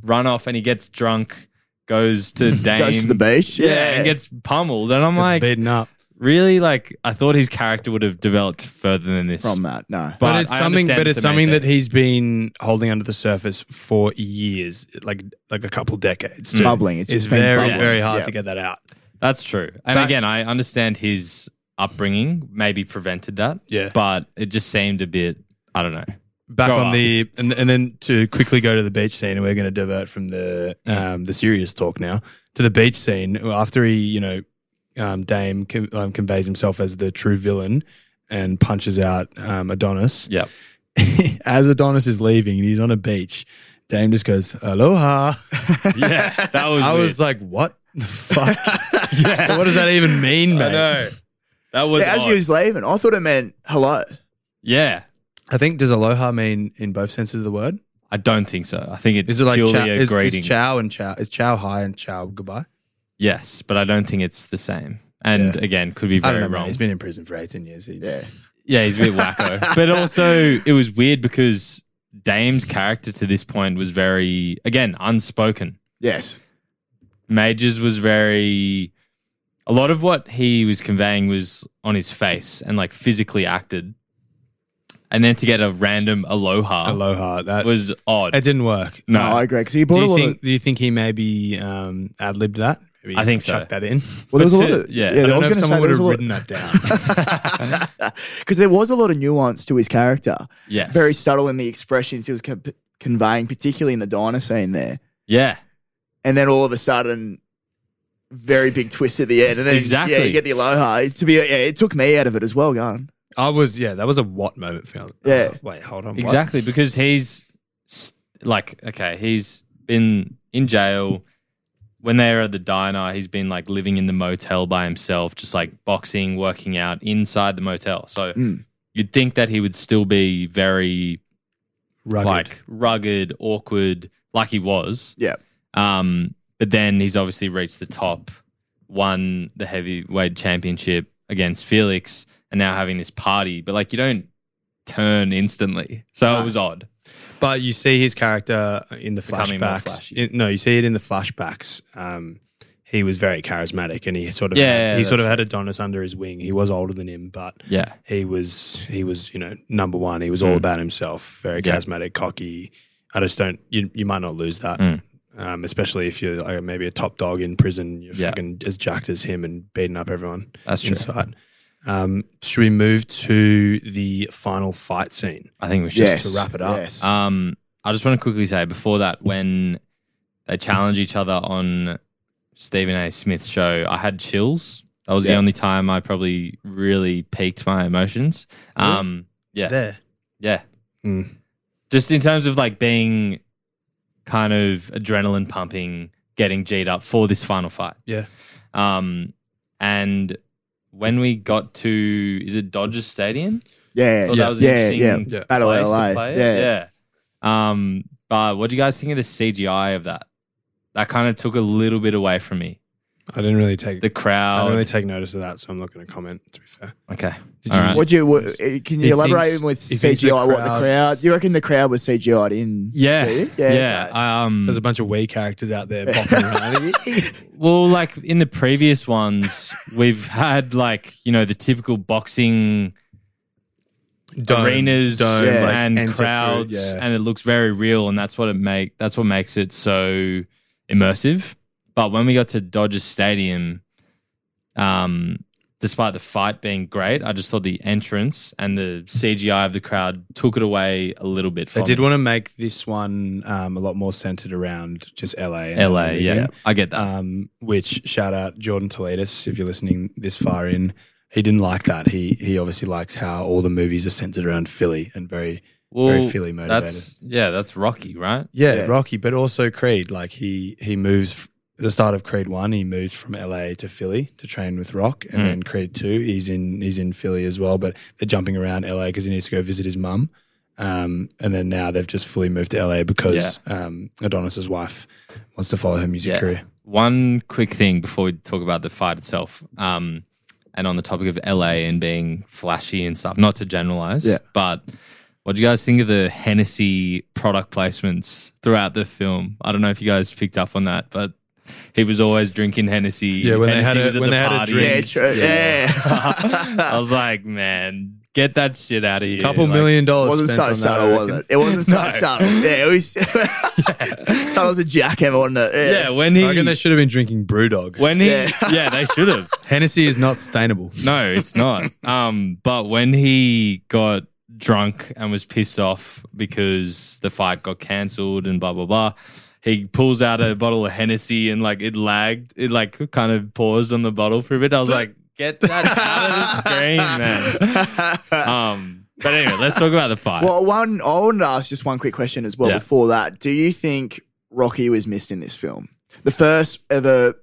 [SPEAKER 1] run off, and he gets drunk, goes to Dame,
[SPEAKER 8] Goes to the beach.
[SPEAKER 1] yeah,
[SPEAKER 8] Yeah,
[SPEAKER 1] and gets pummeled. And I'm
[SPEAKER 7] It's
[SPEAKER 1] like,
[SPEAKER 7] beaten up.
[SPEAKER 1] really, like, I thought his character would have developed further than this.
[SPEAKER 8] from that. No,
[SPEAKER 1] But
[SPEAKER 7] But, it's
[SPEAKER 1] I
[SPEAKER 7] something.
[SPEAKER 1] understand
[SPEAKER 7] But
[SPEAKER 1] it's
[SPEAKER 7] it's
[SPEAKER 1] a main
[SPEAKER 7] something that
[SPEAKER 1] thing.
[SPEAKER 7] he's been holding under the surface for years, like like a couple decades. too.
[SPEAKER 8] bubbling. Mm. It's,
[SPEAKER 7] It's
[SPEAKER 8] just been
[SPEAKER 7] very
[SPEAKER 8] bubbling.
[SPEAKER 7] very hard
[SPEAKER 8] Yeah.
[SPEAKER 7] to get that out.
[SPEAKER 1] That's true. And
[SPEAKER 7] But-
[SPEAKER 1] again, I understand his upbringing maybe prevented that.
[SPEAKER 7] Yeah.
[SPEAKER 1] But it just seemed a bit, I don't know.
[SPEAKER 7] back
[SPEAKER 1] Go
[SPEAKER 7] on
[SPEAKER 1] on.
[SPEAKER 7] the and, and then to quickly go to the beach scene and we're going to divert from the um, the serious talk now to the beach scene after he you know um, Dame con- um, conveys himself as the true villain and punches out um, Adonis
[SPEAKER 1] Yep.
[SPEAKER 7] *laughs* as Adonis is leaving and he's on a beach Dame just goes aloha
[SPEAKER 1] Yeah. That was.
[SPEAKER 7] I
[SPEAKER 1] weird.
[SPEAKER 7] was like *laughs* what the fuck what does that even mean mate
[SPEAKER 1] I know. That was.
[SPEAKER 8] Yeah, as he
[SPEAKER 1] odd.
[SPEAKER 8] was leaving, I thought it meant hello.
[SPEAKER 1] yeah.
[SPEAKER 7] I think does aloha mean in both senses of the word
[SPEAKER 1] I don't think so. I think it's
[SPEAKER 7] is it like
[SPEAKER 1] purely
[SPEAKER 7] chow,
[SPEAKER 1] a
[SPEAKER 7] is,
[SPEAKER 1] grading.
[SPEAKER 7] is chow and chow is chow hi and chow goodbye
[SPEAKER 1] Yes, but I don't think it's the same. And
[SPEAKER 7] Yeah.
[SPEAKER 1] again, could be
[SPEAKER 7] I don't
[SPEAKER 1] very
[SPEAKER 7] know. man.
[SPEAKER 1] wrong.
[SPEAKER 7] He's been in prison for 18 years. He-
[SPEAKER 8] Yeah,
[SPEAKER 1] yeah, he's a bit
[SPEAKER 7] *laughs*
[SPEAKER 1] wacko. but also, it was weird because Dame's character to this point was very, again, unspoken.
[SPEAKER 8] yes,
[SPEAKER 1] Majors was very. A lot of what he was conveying was on his face and like physically acted. And then to get a random aloha,
[SPEAKER 7] Aloha. That
[SPEAKER 1] was odd.
[SPEAKER 7] it didn't work.
[SPEAKER 1] no,
[SPEAKER 8] no, I agree. Because he brought
[SPEAKER 7] Do
[SPEAKER 8] a
[SPEAKER 7] you
[SPEAKER 8] lot
[SPEAKER 7] think?
[SPEAKER 8] of
[SPEAKER 7] Do you think he maybe um, ad libbed that? Maybe
[SPEAKER 1] I think so.
[SPEAKER 7] chucked that in.
[SPEAKER 8] Well, there was a
[SPEAKER 1] But
[SPEAKER 8] lot
[SPEAKER 1] to-
[SPEAKER 8] of
[SPEAKER 1] yeah,
[SPEAKER 8] yeah.
[SPEAKER 1] I
[SPEAKER 7] I
[SPEAKER 8] there
[SPEAKER 7] don't
[SPEAKER 8] was
[SPEAKER 7] know if
[SPEAKER 8] going to say
[SPEAKER 7] someone
[SPEAKER 8] there
[SPEAKER 7] would have
[SPEAKER 8] was a lot
[SPEAKER 7] written that *laughs*
[SPEAKER 8] *laughs*
[SPEAKER 7] down.
[SPEAKER 8] because there was a lot of nuance to his character.
[SPEAKER 1] yes.
[SPEAKER 8] Very subtle in the expressions he was con- conveying, particularly in the diner scene there.
[SPEAKER 1] yeah.
[SPEAKER 8] And then all of a sudden, very big twist at the end. And then
[SPEAKER 1] Exactly.
[SPEAKER 8] yeah, you get the aloha. It- To be yeah, it took me out of it as well. Going
[SPEAKER 7] I was, yeah, that was a what moment for me. I was like,
[SPEAKER 8] Yeah.
[SPEAKER 7] oh, wait, hold on. what?
[SPEAKER 1] Exactly, because he's s- like, okay, he's been in jail. When they were at the diner, he's been like living in the motel by himself, just like boxing, working out inside the motel. So
[SPEAKER 8] Mm.
[SPEAKER 1] you'd think that he would still be very
[SPEAKER 7] Rugged.
[SPEAKER 1] like rugged, awkward, like he was.
[SPEAKER 8] Yeah.
[SPEAKER 1] Um, but then he's obviously reached the top, won the heavyweight championship against Felix, and now having this party. But like, you don't turn instantly, so it was odd.
[SPEAKER 7] But you see his character in the
[SPEAKER 1] Becoming more
[SPEAKER 7] flashbacks.
[SPEAKER 1] flashy.
[SPEAKER 7] In- no, you see it in the flashbacks. Um, he was very charismatic, and he sort of
[SPEAKER 1] Yeah, yeah,
[SPEAKER 7] he sort
[SPEAKER 1] that's
[SPEAKER 7] of had Adonis under his wing. He was older than him, but
[SPEAKER 1] Yeah.
[SPEAKER 7] he was he was you know number one. He was all
[SPEAKER 1] Mm.
[SPEAKER 7] about himself, very
[SPEAKER 1] Yeah.
[SPEAKER 7] charismatic, cocky. I just don't you you might not lose that,
[SPEAKER 1] Mm.
[SPEAKER 7] um, especially if you're like, maybe a top dog in prison. You're
[SPEAKER 1] Yeah.
[SPEAKER 7] fucking as jacked as him and beating up everyone
[SPEAKER 1] That's true.
[SPEAKER 7] inside. Um, should we move to the final fight scene?
[SPEAKER 1] I think we should.
[SPEAKER 8] Yes.
[SPEAKER 7] to wrap it up.
[SPEAKER 8] Yes.
[SPEAKER 1] Um, I just want to quickly say before that, when they challenge each other on Stephen A. Smith's show, I had chills. That was the
[SPEAKER 8] Yeah.
[SPEAKER 1] only time I probably really peaked my emotions. Um, yeah,
[SPEAKER 7] There,
[SPEAKER 1] yeah.
[SPEAKER 7] Mm.
[SPEAKER 1] Just in terms of like being kind of adrenaline pumping, getting G'd up for this final fight.
[SPEAKER 7] yeah.
[SPEAKER 1] Um, and when we got to, is it Dodgers Stadium?
[SPEAKER 8] Yeah,
[SPEAKER 1] thought
[SPEAKER 8] yeah,
[SPEAKER 1] that was an
[SPEAKER 8] yeah, yeah.
[SPEAKER 1] interesting
[SPEAKER 7] Yeah.
[SPEAKER 8] Battle
[SPEAKER 1] place
[SPEAKER 8] LA.
[SPEAKER 1] to play. it.
[SPEAKER 8] Yeah.
[SPEAKER 1] Yeah. Um, but what do you guys think of the CGI of that? That kind of took a little bit away from me.
[SPEAKER 7] I didn't really take
[SPEAKER 1] The
[SPEAKER 7] I
[SPEAKER 1] crowd.
[SPEAKER 7] didn't really take notice of that, so I'm not going to comment. To be fair,
[SPEAKER 1] okay.
[SPEAKER 7] Did
[SPEAKER 1] All
[SPEAKER 7] you-
[SPEAKER 1] right.
[SPEAKER 8] What do you? What, uh, can
[SPEAKER 7] He
[SPEAKER 8] you elaborate
[SPEAKER 7] thinks-
[SPEAKER 8] with
[SPEAKER 7] he thinks the
[SPEAKER 8] CGI? what the
[SPEAKER 7] crowd-
[SPEAKER 8] crowd? Do you reckon the crowd was CGI'd in? *laughs*
[SPEAKER 1] yeah.
[SPEAKER 8] do you?
[SPEAKER 1] Yeah.
[SPEAKER 8] Yeah,
[SPEAKER 1] Um,
[SPEAKER 7] there's a bunch of wee characters out there
[SPEAKER 1] *laughs*
[SPEAKER 7] popping around.
[SPEAKER 8] *laughs*
[SPEAKER 1] well, like in the previous ones, we've had like, you know, the typical boxing
[SPEAKER 7] Dome,
[SPEAKER 1] arenas
[SPEAKER 7] dome,
[SPEAKER 8] Yeah.
[SPEAKER 7] like,
[SPEAKER 1] and
[SPEAKER 7] enter through,
[SPEAKER 1] crowds
[SPEAKER 7] yeah.
[SPEAKER 1] and it looks very real and that's what it make that's what makes it so immersive but when we got to Dodgers Stadium um despite the fight being great I just thought the entrance and the CGI of the crowd took it away a little bit
[SPEAKER 7] They
[SPEAKER 1] from
[SPEAKER 7] did
[SPEAKER 1] it.
[SPEAKER 7] want to make this one um, a lot more centered around just LA. And
[SPEAKER 1] LA
[SPEAKER 7] living.
[SPEAKER 1] yeah I get that
[SPEAKER 7] Um, which shout out Jordan Toledis if you're listening this far in. He didn't like that. He he obviously likes how all the movies are centered around Philly and very very Philly motivated.
[SPEAKER 1] that's yeah that's Rocky right
[SPEAKER 7] yeah,
[SPEAKER 8] Yeah.
[SPEAKER 7] Rocky, but also Creed. Like he he moves the start of Creed one. He moves from LA to Philly to train with Rock, and
[SPEAKER 1] Mm.
[SPEAKER 7] then Creed two. He's in he's in Philly as well, but they're jumping around LA because he needs to go visit his mum. Um, and then now they've just fully moved to LA because um, Adonis's wife wants to follow her music
[SPEAKER 1] Yeah.
[SPEAKER 7] career.
[SPEAKER 1] One quick thing before we talk about the fight itself, um, and on the topic of LA and being flashy and stuff. Not to generalize,
[SPEAKER 8] Yeah.
[SPEAKER 1] but what do you guys think of the Hennessy product placements throughout the film? I don't know if you guys picked up on that, but he was always drinking Hennessy.
[SPEAKER 7] Yeah, when they
[SPEAKER 1] Hennessy
[SPEAKER 7] had a-
[SPEAKER 1] was at
[SPEAKER 7] when
[SPEAKER 1] the
[SPEAKER 7] they had a
[SPEAKER 1] party.
[SPEAKER 7] drink.
[SPEAKER 8] Yeah, true. Yeah.
[SPEAKER 1] *laughs* I was like, man, get that shit out of here.
[SPEAKER 7] Couple
[SPEAKER 1] Like,
[SPEAKER 7] million
[SPEAKER 8] It
[SPEAKER 7] dollars.
[SPEAKER 8] wasn't
[SPEAKER 7] spent on
[SPEAKER 8] so
[SPEAKER 7] that,
[SPEAKER 8] subtle,
[SPEAKER 7] I
[SPEAKER 8] was
[SPEAKER 7] reckon.
[SPEAKER 8] it? It wasn't so
[SPEAKER 1] No.
[SPEAKER 8] subtle. Yeah, it was. *laughs* subtle as a jackhammer, wasn't it? Yeah.
[SPEAKER 1] Yeah, when
[SPEAKER 7] I reckon they
[SPEAKER 1] he,
[SPEAKER 7] should have been drinking BrewDog.
[SPEAKER 1] when he,
[SPEAKER 8] Yeah.
[SPEAKER 1] yeah, they should have.
[SPEAKER 7] Hennessy is not sustainable.
[SPEAKER 1] No, it's not. um, but when he got drunk and was pissed off because the fight got cancelled and blah blah blah, he pulls out a bottle of Hennessy and like it lagged, it like kind of paused on the bottle for a bit. I was like, get that out of
[SPEAKER 8] *laughs*
[SPEAKER 1] the screen, man. um, but anyway, let's talk about the fight.
[SPEAKER 8] Uh, Well, one. I wanted to ask just one quick question as well
[SPEAKER 1] Yeah.
[SPEAKER 8] before that. Do you think Rocky was missed in this film? The first ever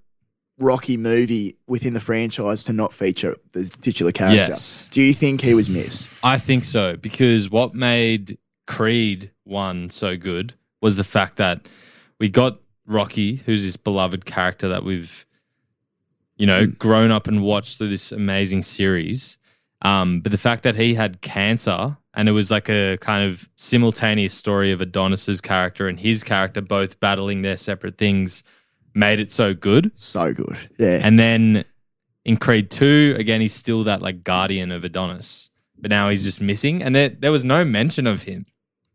[SPEAKER 8] Rocky movie within the franchise to not feature the titular character.
[SPEAKER 1] Yes.
[SPEAKER 8] Do you think he was missed?
[SPEAKER 1] I think so because what made Creed one so good was the fact that we got Rocky, who's this beloved character that we've, you know, grown up and watched through this amazing series. Um, but the fact that he had cancer and it was like a kind of simultaneous story of Adonis's character and his character both battling their separate things made it so good.
[SPEAKER 8] So good. Yeah.
[SPEAKER 1] And then in Creed 2, again, he's still that like guardian of Adonis, but now he's just missing. And there, there was no mention of him.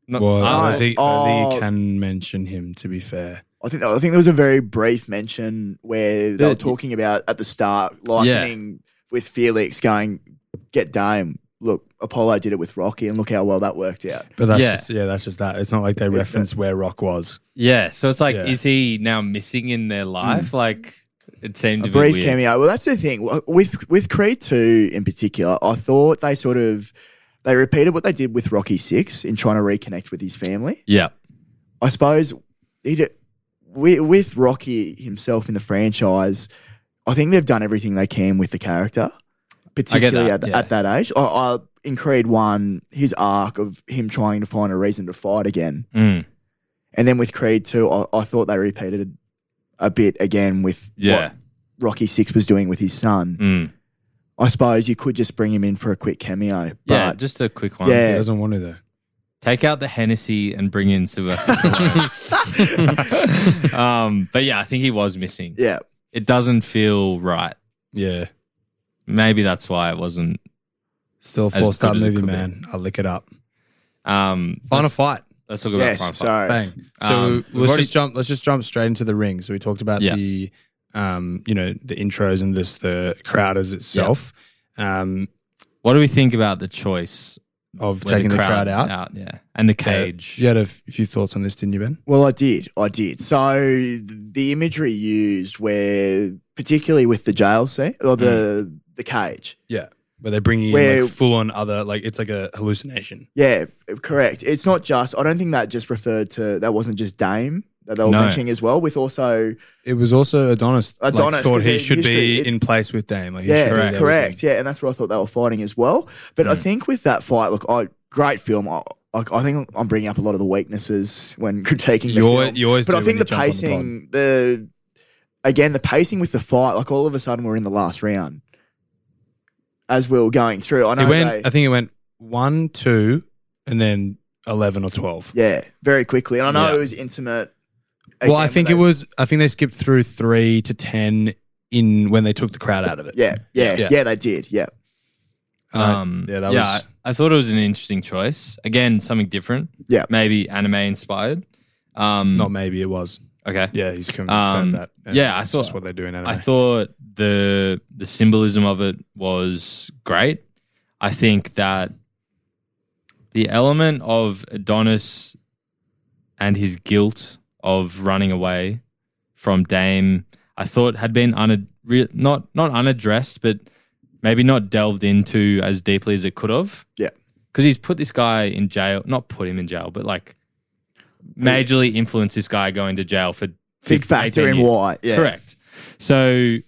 [SPEAKER 1] Not-
[SPEAKER 7] Well, I,
[SPEAKER 1] I-
[SPEAKER 7] don't think, I don't think you
[SPEAKER 8] Oh.
[SPEAKER 7] can mention him. To be fair,
[SPEAKER 8] I think I think there was a very brief mention where they
[SPEAKER 1] The-
[SPEAKER 8] were talking about at the start, likening with Felix going, "Get Dame." Look, Apollo did it with Rocky, and look how well that worked out.
[SPEAKER 7] but that's
[SPEAKER 1] Yeah.
[SPEAKER 7] just yeah, that's just that. It's not like they
[SPEAKER 8] that-
[SPEAKER 7] reference where Rock was.
[SPEAKER 1] yeah. So it's like,
[SPEAKER 7] Yeah.
[SPEAKER 1] is he now missing in their life? Like, It seemed
[SPEAKER 8] Hmm. a
[SPEAKER 1] a,
[SPEAKER 8] brief
[SPEAKER 1] bit weird.
[SPEAKER 8] cameo. Well, that's the thing with with Creed two in particular. I thought they sort of they repeated what they did with Rocky six in trying to reconnect with his family.
[SPEAKER 1] Yeah,
[SPEAKER 8] I suppose he did, with, with Rocky himself in the franchise. I think they've done everything they can with the character, particularly
[SPEAKER 1] that,
[SPEAKER 8] at,
[SPEAKER 1] yeah.
[SPEAKER 8] at that age. I, I, in Creed one, his arc of him trying to find a reason to fight again,
[SPEAKER 1] Mm.
[SPEAKER 8] and then with Creed two, I, I thought they repeated a bit again with
[SPEAKER 1] yeah,
[SPEAKER 8] what Rocky Six was doing with his son.
[SPEAKER 1] Mm.
[SPEAKER 8] I suppose you could just bring him in for a quick cameo.
[SPEAKER 1] yeah.
[SPEAKER 8] But
[SPEAKER 1] Just a quick one.
[SPEAKER 8] Yeah.
[SPEAKER 7] He doesn't want to though.
[SPEAKER 1] Take out the Hennessy and bring in
[SPEAKER 8] *laughs*
[SPEAKER 1] Sylvester Stallone. *laughs* um, but yeah, I think he was missing.
[SPEAKER 8] yeah,
[SPEAKER 1] It doesn't feel right.
[SPEAKER 7] Yeah.
[SPEAKER 1] Maybe that's why it wasn't.
[SPEAKER 7] Still a
[SPEAKER 1] As
[SPEAKER 7] four star
[SPEAKER 1] good as it
[SPEAKER 7] movie,
[SPEAKER 1] could be.
[SPEAKER 7] man. I'll lick it up.
[SPEAKER 1] Um,
[SPEAKER 7] Final
[SPEAKER 1] let's,
[SPEAKER 7] fight.
[SPEAKER 1] let's talk about
[SPEAKER 8] yes,
[SPEAKER 1] Final Fight.
[SPEAKER 8] sorry.
[SPEAKER 7] Bang. So
[SPEAKER 1] Um, we've
[SPEAKER 7] let's
[SPEAKER 1] already-
[SPEAKER 7] just jump let's just jump straight into the ring. So we talked about
[SPEAKER 1] Yeah.
[SPEAKER 7] the um, you know, the intros and this the crowd as itself. Um
[SPEAKER 1] What do we think about the choice
[SPEAKER 7] of
[SPEAKER 1] with
[SPEAKER 7] taking the crowd, out.
[SPEAKER 1] Yeah, and the
[SPEAKER 7] Yeah.
[SPEAKER 1] cage.
[SPEAKER 7] You had a f- few thoughts on this, didn't you, Ben?
[SPEAKER 8] Well, I did, I did. So th- the imagery used, where particularly with the jail scene or the the cage,
[SPEAKER 7] Yeah. Where they're bringing in
[SPEAKER 8] Where-
[SPEAKER 7] like full on other like it's like a hallucination.
[SPEAKER 8] yeah, correct. It's not just. I don't think that just referred to. That wasn't just Dame that they were
[SPEAKER 1] No.
[SPEAKER 8] mentioning as well. With also,
[SPEAKER 7] It was also Adonis. like,
[SPEAKER 8] Adonis,
[SPEAKER 7] thought
[SPEAKER 8] 'cause
[SPEAKER 7] he
[SPEAKER 8] it-
[SPEAKER 7] should
[SPEAKER 8] history-
[SPEAKER 7] be
[SPEAKER 8] it-
[SPEAKER 7] in place with Dame. Like, he
[SPEAKER 8] yeah,
[SPEAKER 7] should be there with
[SPEAKER 8] correct, Mm.
[SPEAKER 7] him.
[SPEAKER 8] correct, yeah, and that's what I thought they were fighting as well. But I think with that fight, look, I great film. I, I, I think I'm bringing up a lot of the weaknesses when *laughs* critiquing the
[SPEAKER 7] You always-
[SPEAKER 8] film.
[SPEAKER 7] you always
[SPEAKER 8] but
[SPEAKER 7] do
[SPEAKER 8] I think
[SPEAKER 7] when
[SPEAKER 8] the
[SPEAKER 7] you jump on
[SPEAKER 8] pacing, the again, the pacing with the fight, like all of a sudden we're in the last round as we were going through. I know
[SPEAKER 7] It went.
[SPEAKER 8] they-
[SPEAKER 7] I think it went one, two, and then eleven or twelve.
[SPEAKER 8] yeah, very quickly, and I know
[SPEAKER 1] Yeah.
[SPEAKER 8] it was intimate.
[SPEAKER 7] well, I
[SPEAKER 8] again,
[SPEAKER 7] think
[SPEAKER 8] but
[SPEAKER 7] it
[SPEAKER 8] they-
[SPEAKER 7] was. I think they skipped through three to ten in when they took the crowd out of it.
[SPEAKER 8] Yeah, yeah,
[SPEAKER 7] Yeah.
[SPEAKER 8] yeah, they did. Yeah,
[SPEAKER 7] And I-
[SPEAKER 1] Um,
[SPEAKER 7] yeah, that was.
[SPEAKER 1] I, I thought it was an interesting choice. Again, something different.
[SPEAKER 8] Yeah.
[SPEAKER 1] maybe anime inspired. Um,
[SPEAKER 7] Not maybe it was.
[SPEAKER 1] okay.
[SPEAKER 7] Yeah, he's confirmed
[SPEAKER 1] Um,
[SPEAKER 7] that. And
[SPEAKER 1] yeah, I
[SPEAKER 7] it's
[SPEAKER 1] thought-
[SPEAKER 7] just what they do in anime.
[SPEAKER 1] I thought the the symbolism of it was great. I think that the element of Adonis and his guilt of running away from Dame, I thought had been un- re- not not unaddressed, but maybe not delved into as deeply as it could have.
[SPEAKER 8] Yeah.
[SPEAKER 1] because he's put this guy in jail, not put him in jail, but like majorly influenced this guy going to jail for
[SPEAKER 8] big
[SPEAKER 1] 15,
[SPEAKER 8] factor
[SPEAKER 1] 18
[SPEAKER 8] in
[SPEAKER 1] years.
[SPEAKER 8] why. Yeah,
[SPEAKER 1] Correct. So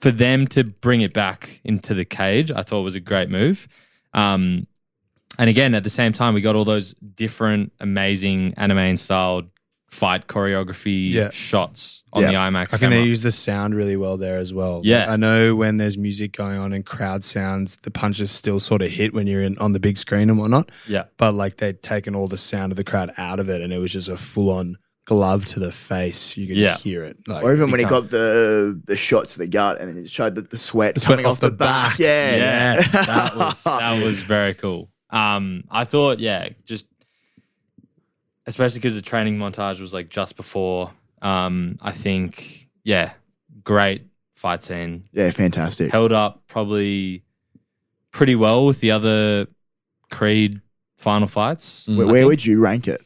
[SPEAKER 1] for them to bring it back into the cage, I thought was a great move. Um, and again, at the same time, we got all those different amazing anime styled fight choreography
[SPEAKER 7] Yeah.
[SPEAKER 1] shots on
[SPEAKER 8] Yeah.
[SPEAKER 1] the IMAX
[SPEAKER 7] I think they
[SPEAKER 1] camera.
[SPEAKER 7] use the sound really well there as well. Like,
[SPEAKER 1] Yeah.
[SPEAKER 7] I know when there's music going on and crowd sounds, the punches still sort of hit when you're in on the big screen and whatnot.
[SPEAKER 1] yeah.
[SPEAKER 7] But like they'd taken all the sound of the crowd out of it, and it was just a full on glove to the face. You could
[SPEAKER 1] Yeah.
[SPEAKER 7] hear it. Like,
[SPEAKER 8] Or even when he
[SPEAKER 1] time.
[SPEAKER 8] got the the shot to the gut and it showed the, the sweat
[SPEAKER 7] sweat
[SPEAKER 8] coming off, the, back. Yeah.
[SPEAKER 1] Yes,
[SPEAKER 8] *laughs*
[SPEAKER 7] that was-
[SPEAKER 1] that was very cool. Um, I thought, yeah, just especially because the training montage was like just before. Um, I think, yeah, great fight scene.
[SPEAKER 8] yeah, fantastic.
[SPEAKER 1] held up probably pretty well with the other Creed final fights.
[SPEAKER 8] Where,
[SPEAKER 1] I
[SPEAKER 8] where
[SPEAKER 1] think-
[SPEAKER 8] would you rank it?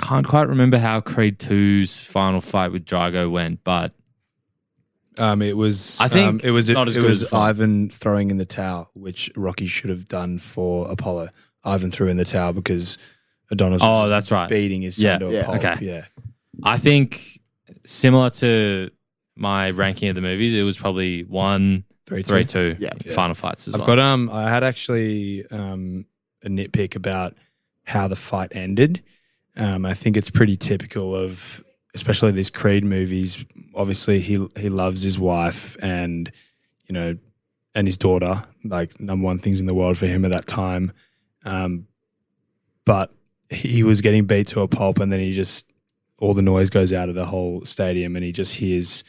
[SPEAKER 1] Can't quite remember how Creed 2's final fight with Drago went, but
[SPEAKER 7] Um, it was.
[SPEAKER 1] I think
[SPEAKER 7] um, it was.
[SPEAKER 1] not as
[SPEAKER 7] it
[SPEAKER 1] good
[SPEAKER 7] was
[SPEAKER 1] as Rocky.
[SPEAKER 7] Ivan throwing in the towel, which Rocky should have done for Apollo. Ivan threw in the towel because Adonis.
[SPEAKER 1] Oh,
[SPEAKER 7] was
[SPEAKER 1] that's right.
[SPEAKER 7] Beating his
[SPEAKER 1] Yeah.
[SPEAKER 7] son to
[SPEAKER 8] Yeah.
[SPEAKER 7] a pulp.
[SPEAKER 1] Okay.
[SPEAKER 7] Yeah.
[SPEAKER 1] I think similar to my ranking of the movies, it was probably one,
[SPEAKER 7] Three,
[SPEAKER 1] three,
[SPEAKER 7] two.
[SPEAKER 1] two
[SPEAKER 8] Yeah.
[SPEAKER 1] final fights as
[SPEAKER 7] I've
[SPEAKER 1] well.
[SPEAKER 7] got um. I had actually um a nitpick about how the fight ended. Um, I think it's pretty typical of especially these Creed movies. Obviously, he he loves his wife and you know and his daughter, like number one things in the world for him at that time. Um, but he was getting beat to a pulp, and then he just all the noise goes out of the whole stadium, and he just hears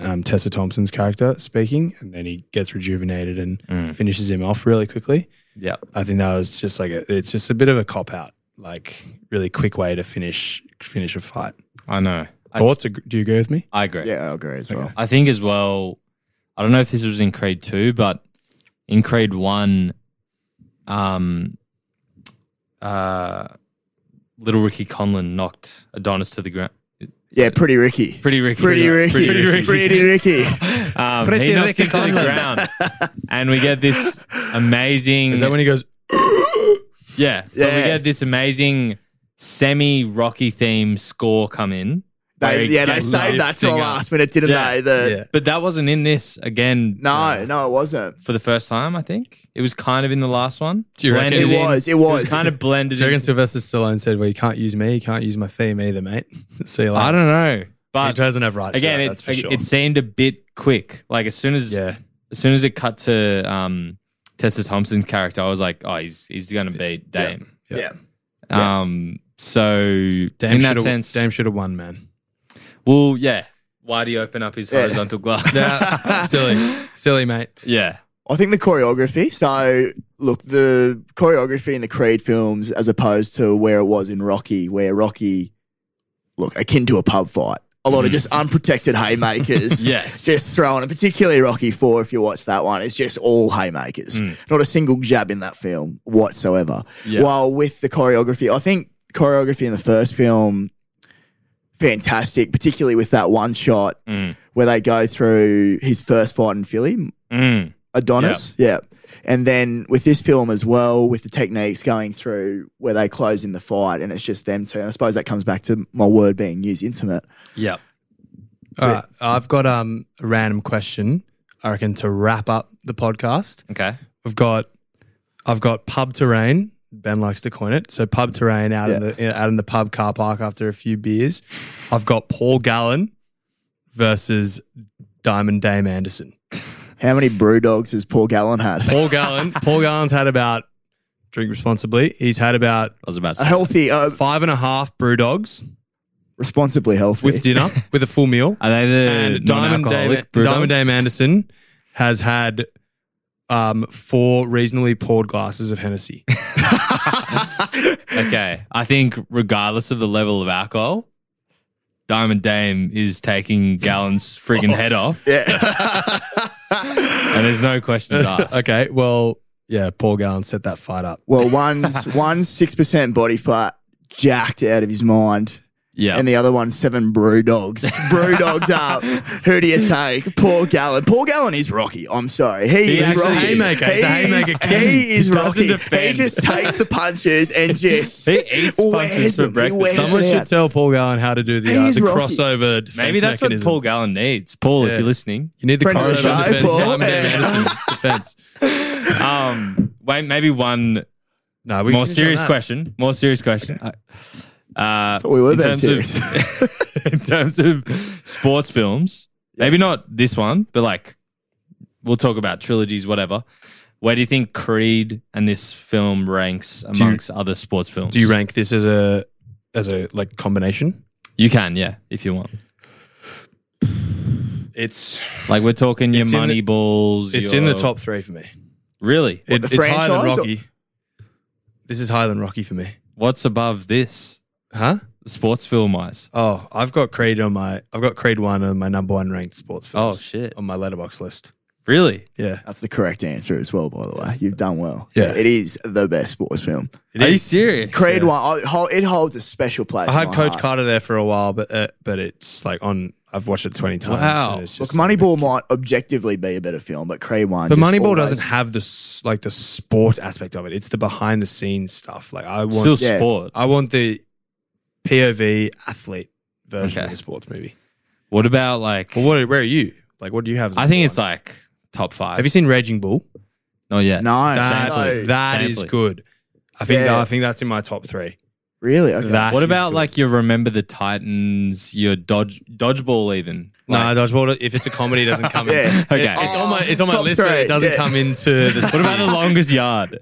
[SPEAKER 7] um, Tessa Thompson's character speaking, and then he gets rejuvenated and
[SPEAKER 1] Mm.
[SPEAKER 7] finishes him off really quickly.
[SPEAKER 1] yeah.
[SPEAKER 7] I think that was just like a, it's just a bit of a cop out, like really quick way to finish finish a fight.
[SPEAKER 1] I know. I,
[SPEAKER 7] Thoughts? Ag- Do you agree with me?
[SPEAKER 1] I agree.
[SPEAKER 8] Yeah, I agree as well.
[SPEAKER 1] I think as well, I don't know if this was in Creed 2, but in Creed 1, um, uh, little Ricky Conlon knocked Adonis to the ground. Is
[SPEAKER 8] Yeah, pretty Ricky.
[SPEAKER 1] Pretty Ricky.
[SPEAKER 8] Pretty Ricky.
[SPEAKER 1] Pretty Ricky.
[SPEAKER 8] Pretty Ricky.
[SPEAKER 1] *laughs* Um,
[SPEAKER 7] Pretty
[SPEAKER 1] he knocks
[SPEAKER 7] Ricky
[SPEAKER 1] it to the ground, and we get this amazing.
[SPEAKER 7] Is that when he goes?
[SPEAKER 1] yeah, But we
[SPEAKER 8] Yeah.
[SPEAKER 1] get this amazing semi-rocky theme score come in. where
[SPEAKER 8] They,
[SPEAKER 1] it
[SPEAKER 8] yeah, they
[SPEAKER 1] gets
[SPEAKER 8] saved that to the
[SPEAKER 1] lifting up.
[SPEAKER 8] last minute, didn't
[SPEAKER 1] Yeah.
[SPEAKER 8] they? The,
[SPEAKER 7] Yeah.
[SPEAKER 1] But that wasn't in this again.
[SPEAKER 8] No, no, it wasn't.
[SPEAKER 1] for the first time, I think. It was kind of in the last one.
[SPEAKER 7] Do you reckon?
[SPEAKER 1] Blended
[SPEAKER 8] It
[SPEAKER 1] in.
[SPEAKER 8] was. It was.
[SPEAKER 1] kind of blended
[SPEAKER 7] Do you
[SPEAKER 1] in.
[SPEAKER 7] reckon Sylvester Stallone said, "Well, you can't use me. You can't use my theme either, mate." *laughs* See you later.
[SPEAKER 1] I don't know.
[SPEAKER 7] He
[SPEAKER 1] But
[SPEAKER 7] doesn't have rights.
[SPEAKER 1] again,
[SPEAKER 7] to that,
[SPEAKER 1] it,
[SPEAKER 7] that's for sure.
[SPEAKER 1] it seemed a bit quick. Like as soon as
[SPEAKER 7] yeah.
[SPEAKER 1] as soon as it cut to um, Tessa Thompson's character, I was like, oh, he's he's gonna beat Dame.
[SPEAKER 7] Yeah.
[SPEAKER 8] Yeah.
[SPEAKER 1] Um, so
[SPEAKER 7] Dame
[SPEAKER 1] in
[SPEAKER 7] should
[SPEAKER 1] that
[SPEAKER 7] have.
[SPEAKER 1] sense,
[SPEAKER 7] Dame should have
[SPEAKER 1] *laughs*
[SPEAKER 7] won, man.
[SPEAKER 1] well, yeah. Why'd he open up his
[SPEAKER 8] Yeah.
[SPEAKER 1] horizontal glass?
[SPEAKER 7] Nah,
[SPEAKER 1] *laughs*
[SPEAKER 7] *laughs* silly, silly, mate.
[SPEAKER 1] yeah.
[SPEAKER 8] I think the choreography. So, look, the choreography in the Creed films, as opposed to where it was in Rocky, where Rocky, look, akin to a pub fight, a lot of
[SPEAKER 1] *laughs*
[SPEAKER 8] just unprotected haymakers.
[SPEAKER 1] Yes.
[SPEAKER 8] Just throwing, and particularly Rocky Four, if you watch that one, it's just all haymakers. Not a single jab in that film whatsoever.
[SPEAKER 1] Yeah.
[SPEAKER 8] While with the choreography, I think choreography in the first film, fantastic, particularly with that one shot
[SPEAKER 1] Mm.
[SPEAKER 8] where they go through his first fight in Philly,
[SPEAKER 1] Mm.
[SPEAKER 8] Adonis. Yeah. And then with this film as well, with the techniques going through where they close in the fight and it's just them two. And I suppose that comes back to my word being used intimate.
[SPEAKER 1] Yep.
[SPEAKER 7] All right, I've got um, a random question. I reckon to wrap up the podcast,
[SPEAKER 1] Okay.
[SPEAKER 7] we've got I've got pub terrain. Ben likes to coin it. So pub terrain out in
[SPEAKER 8] Yeah.
[SPEAKER 7] the out in the pub car park after a few beers. I've got Paul Gallen versus Diamond Dame Anderson.
[SPEAKER 8] How many brew dogs has Paul Gallen had?
[SPEAKER 1] *laughs*
[SPEAKER 7] Paul Gallen. Paul Gallen's had about drink responsibly. He's had about
[SPEAKER 1] I was about to
[SPEAKER 8] A
[SPEAKER 1] say.
[SPEAKER 8] healthy, uh,
[SPEAKER 7] five and a half brew dogs
[SPEAKER 8] responsibly healthy.
[SPEAKER 7] with dinner with a
[SPEAKER 1] *laughs*
[SPEAKER 7] full meal.
[SPEAKER 1] Are they the
[SPEAKER 7] and Diamond Dame,
[SPEAKER 1] non-alcoholic brew
[SPEAKER 7] Diamond
[SPEAKER 1] dogs?
[SPEAKER 7] Dame Anderson has had um, four reasonably poured glasses of Hennessy.
[SPEAKER 1] Okay. I think regardless of the level of alcohol, Diamond Dame is taking
[SPEAKER 7] *laughs*
[SPEAKER 1] Gallon's friggin' head off. Yeah. and there's no questions asked.
[SPEAKER 7] *laughs* okay, well, yeah, Paul Gallen set that fight up.
[SPEAKER 8] well, one's, one's 6% body fat, jacked out of his mind.
[SPEAKER 1] Yeah.
[SPEAKER 8] And the other one's seven brew dogs.
[SPEAKER 7] *laughs*
[SPEAKER 8] brew dogs up. Who do you take? Paul Gallen. Paul Gallen is Rocky. I'm sorry. He,
[SPEAKER 7] He
[SPEAKER 8] is
[SPEAKER 7] is a
[SPEAKER 8] Rocky.
[SPEAKER 7] haymaker. He's a
[SPEAKER 8] He's-
[SPEAKER 7] haymaker king.
[SPEAKER 8] He is
[SPEAKER 1] He doesn't
[SPEAKER 8] Rocky. He
[SPEAKER 1] defend.
[SPEAKER 8] just takes the
[SPEAKER 7] *laughs*
[SPEAKER 8] punches and just
[SPEAKER 1] He eats
[SPEAKER 8] wears
[SPEAKER 1] punches for
[SPEAKER 8] them. He
[SPEAKER 1] breakfast.
[SPEAKER 8] wears
[SPEAKER 7] Someone
[SPEAKER 8] it
[SPEAKER 7] should
[SPEAKER 8] out.
[SPEAKER 7] tell Paul Gallen how to do the, uh,
[SPEAKER 8] He's
[SPEAKER 7] the
[SPEAKER 8] Rocky.
[SPEAKER 7] crossover defense
[SPEAKER 1] Maybe that's
[SPEAKER 7] mechanism.
[SPEAKER 1] what Paul Gallen needs. Paul,
[SPEAKER 7] Yeah.
[SPEAKER 1] if you're listening.
[SPEAKER 7] You need the
[SPEAKER 8] Friend of the
[SPEAKER 7] crossover
[SPEAKER 8] show,
[SPEAKER 7] defense.
[SPEAKER 8] Paul.
[SPEAKER 7] Diamond *laughs* Dame
[SPEAKER 8] Yeah.
[SPEAKER 7] Anderson defense.
[SPEAKER 1] Um, wait, maybe one
[SPEAKER 7] No, we
[SPEAKER 1] more
[SPEAKER 7] finished on
[SPEAKER 1] serious
[SPEAKER 7] that.
[SPEAKER 1] question. More serious question. Uh,
[SPEAKER 8] we were
[SPEAKER 1] in
[SPEAKER 8] being
[SPEAKER 1] terms Of, *laughs* in terms of sports films, maybe not this one, but like we'll talk about trilogies, whatever. Where do you think Creed and this film ranks
[SPEAKER 7] you-
[SPEAKER 1] amongst other sports films?
[SPEAKER 7] Do you rank this as a as a like combination?
[SPEAKER 1] You can, yeah, if you want.
[SPEAKER 7] It's
[SPEAKER 1] Like we're talking your
[SPEAKER 7] It's in
[SPEAKER 1] money
[SPEAKER 7] the-
[SPEAKER 1] balls.
[SPEAKER 7] it's
[SPEAKER 1] your-
[SPEAKER 7] in the top three for me.
[SPEAKER 1] Really?
[SPEAKER 7] It-
[SPEAKER 8] the
[SPEAKER 7] it's higher than
[SPEAKER 8] franchise or-
[SPEAKER 7] Rocky. This is higher than Rocky for me.
[SPEAKER 1] What's above this?
[SPEAKER 7] Huh?
[SPEAKER 1] Sports film wise.
[SPEAKER 7] Oh, I've got Creed on my I've got Creed one on my number one ranked sports films.
[SPEAKER 1] Oh, shit.
[SPEAKER 7] On my letterbox list.
[SPEAKER 1] Really?
[SPEAKER 7] Yeah.
[SPEAKER 8] That's the correct answer as well, by the way. You've done well.
[SPEAKER 7] Yeah.
[SPEAKER 8] It is the best sports film.
[SPEAKER 7] It
[SPEAKER 1] Are you
[SPEAKER 7] is.
[SPEAKER 1] serious?
[SPEAKER 8] Creed one, I, hol- it holds a special place.
[SPEAKER 7] I
[SPEAKER 8] in
[SPEAKER 7] had
[SPEAKER 8] my
[SPEAKER 7] Coach
[SPEAKER 8] heart.
[SPEAKER 7] Carter there for a while, but uh, but it's like on I've watched it twenty times.
[SPEAKER 1] Wow.
[SPEAKER 7] and it's
[SPEAKER 8] Look,
[SPEAKER 7] just-
[SPEAKER 8] Moneyball might objectively be a better film, but Creed one.
[SPEAKER 7] But
[SPEAKER 8] just
[SPEAKER 7] Moneyball
[SPEAKER 8] always-
[SPEAKER 7] doesn't have the s- like the sport aspect of it. It's the behind the scenes stuff. Like I want
[SPEAKER 1] Still
[SPEAKER 8] Yeah.
[SPEAKER 1] sport.
[SPEAKER 7] I want the POV athlete version
[SPEAKER 1] Okay.
[SPEAKER 7] of the sports movie.
[SPEAKER 1] What about like?
[SPEAKER 7] Well, what, where are you? Like, what do you have? as
[SPEAKER 1] I
[SPEAKER 7] number
[SPEAKER 1] think it's
[SPEAKER 7] one?
[SPEAKER 1] like top five.
[SPEAKER 7] Have you seen Raging Bull?
[SPEAKER 1] Not yet.
[SPEAKER 8] No,
[SPEAKER 7] That, that
[SPEAKER 8] no.
[SPEAKER 7] is
[SPEAKER 1] Shamefully.
[SPEAKER 7] good. I think
[SPEAKER 8] Yeah.
[SPEAKER 7] I think that's in my top three.
[SPEAKER 8] really. Okay.
[SPEAKER 7] That
[SPEAKER 1] What
[SPEAKER 7] is
[SPEAKER 1] about
[SPEAKER 7] good.
[SPEAKER 1] like your Remember the Titans, your dodge dodgeball even?
[SPEAKER 7] No,
[SPEAKER 1] Like,
[SPEAKER 7] dodgeball. If it's a comedy, it
[SPEAKER 1] *laughs*
[SPEAKER 7] doesn't come. in.
[SPEAKER 8] Yeah.
[SPEAKER 7] It-
[SPEAKER 1] Okay.
[SPEAKER 7] it's on my it's on my
[SPEAKER 8] Top
[SPEAKER 7] list, but
[SPEAKER 8] three,
[SPEAKER 7] it doesn't
[SPEAKER 8] yeah.
[SPEAKER 7] come into the.
[SPEAKER 1] what about the longest
[SPEAKER 7] *laughs*
[SPEAKER 1] yard?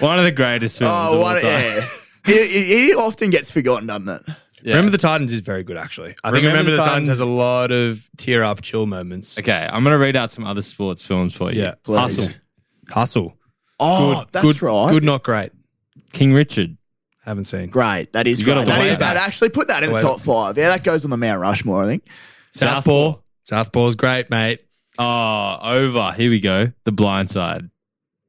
[SPEAKER 1] one of the greatest films.
[SPEAKER 8] Oh,
[SPEAKER 1] of all
[SPEAKER 8] what?
[SPEAKER 1] time.
[SPEAKER 8] Yeah. *laughs* it, it, it often gets forgotten, doesn't it?
[SPEAKER 1] Yeah.
[SPEAKER 7] Remember the Titans is very good actually. I think
[SPEAKER 1] Remember
[SPEAKER 7] Remember
[SPEAKER 1] the
[SPEAKER 7] the Titans
[SPEAKER 1] Titans-
[SPEAKER 7] has a lot of tear up chill moments.
[SPEAKER 1] Okay, I'm gonna read out some other sports films for you.
[SPEAKER 7] Yeah,
[SPEAKER 8] Please.
[SPEAKER 1] Hustle,
[SPEAKER 7] Hustle.
[SPEAKER 8] Oh, that's
[SPEAKER 7] good,
[SPEAKER 8] right.
[SPEAKER 7] Good, not great.
[SPEAKER 1] King Richard.
[SPEAKER 7] Haven't seen.
[SPEAKER 8] Great. That is
[SPEAKER 1] You gotta
[SPEAKER 8] great. That
[SPEAKER 1] weigh
[SPEAKER 8] is
[SPEAKER 1] that.
[SPEAKER 8] that. Actually, put that in the
[SPEAKER 7] Weigh
[SPEAKER 8] top five. Yeah, that goes on the Mount Rushmore, I think.
[SPEAKER 7] Southpaw. Southpaw's great, mate.
[SPEAKER 1] Ah, Oh, over. Here we go. The Blind Side.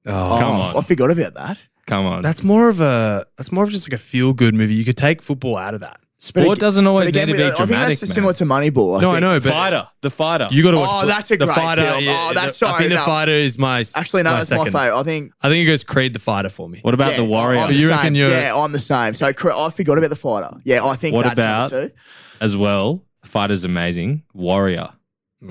[SPEAKER 7] Oh,
[SPEAKER 1] Come
[SPEAKER 8] oh,
[SPEAKER 1] on.
[SPEAKER 8] I forgot about that.
[SPEAKER 1] Come on.
[SPEAKER 7] That's more of a that's more of just like a feel good movie. You could take football out of that.
[SPEAKER 1] Sport
[SPEAKER 8] But ag-
[SPEAKER 1] doesn't always
[SPEAKER 8] but again,
[SPEAKER 1] need to be
[SPEAKER 8] I think
[SPEAKER 1] dramatic,
[SPEAKER 8] that's
[SPEAKER 1] man.
[SPEAKER 8] similar to Moneyball. I
[SPEAKER 7] no,
[SPEAKER 8] think.
[SPEAKER 7] I know, but
[SPEAKER 1] fighter. The fighter.
[SPEAKER 7] You got to
[SPEAKER 8] Oh,
[SPEAKER 7] watch.
[SPEAKER 8] that's a
[SPEAKER 7] the
[SPEAKER 8] great
[SPEAKER 7] fighter.
[SPEAKER 8] film.
[SPEAKER 7] yeah,
[SPEAKER 8] Oh, that's
[SPEAKER 7] the- I
[SPEAKER 8] so-
[SPEAKER 7] think the
[SPEAKER 8] no.
[SPEAKER 7] fighter is my s-
[SPEAKER 8] Actually, no,
[SPEAKER 7] my
[SPEAKER 8] that's
[SPEAKER 7] second.
[SPEAKER 8] my favorite. I think.
[SPEAKER 7] I think it goes Creed the fighter for me.
[SPEAKER 1] what about
[SPEAKER 8] yeah,
[SPEAKER 1] the warrior
[SPEAKER 8] I'm the
[SPEAKER 7] You reckon
[SPEAKER 8] same.
[SPEAKER 7] you're-
[SPEAKER 8] Yeah, I'm the same. So cor- I forgot about the fighter. Yeah, I think
[SPEAKER 1] What
[SPEAKER 8] that's
[SPEAKER 1] about-
[SPEAKER 8] number two.
[SPEAKER 1] as well? The fighter's amazing. Warrior.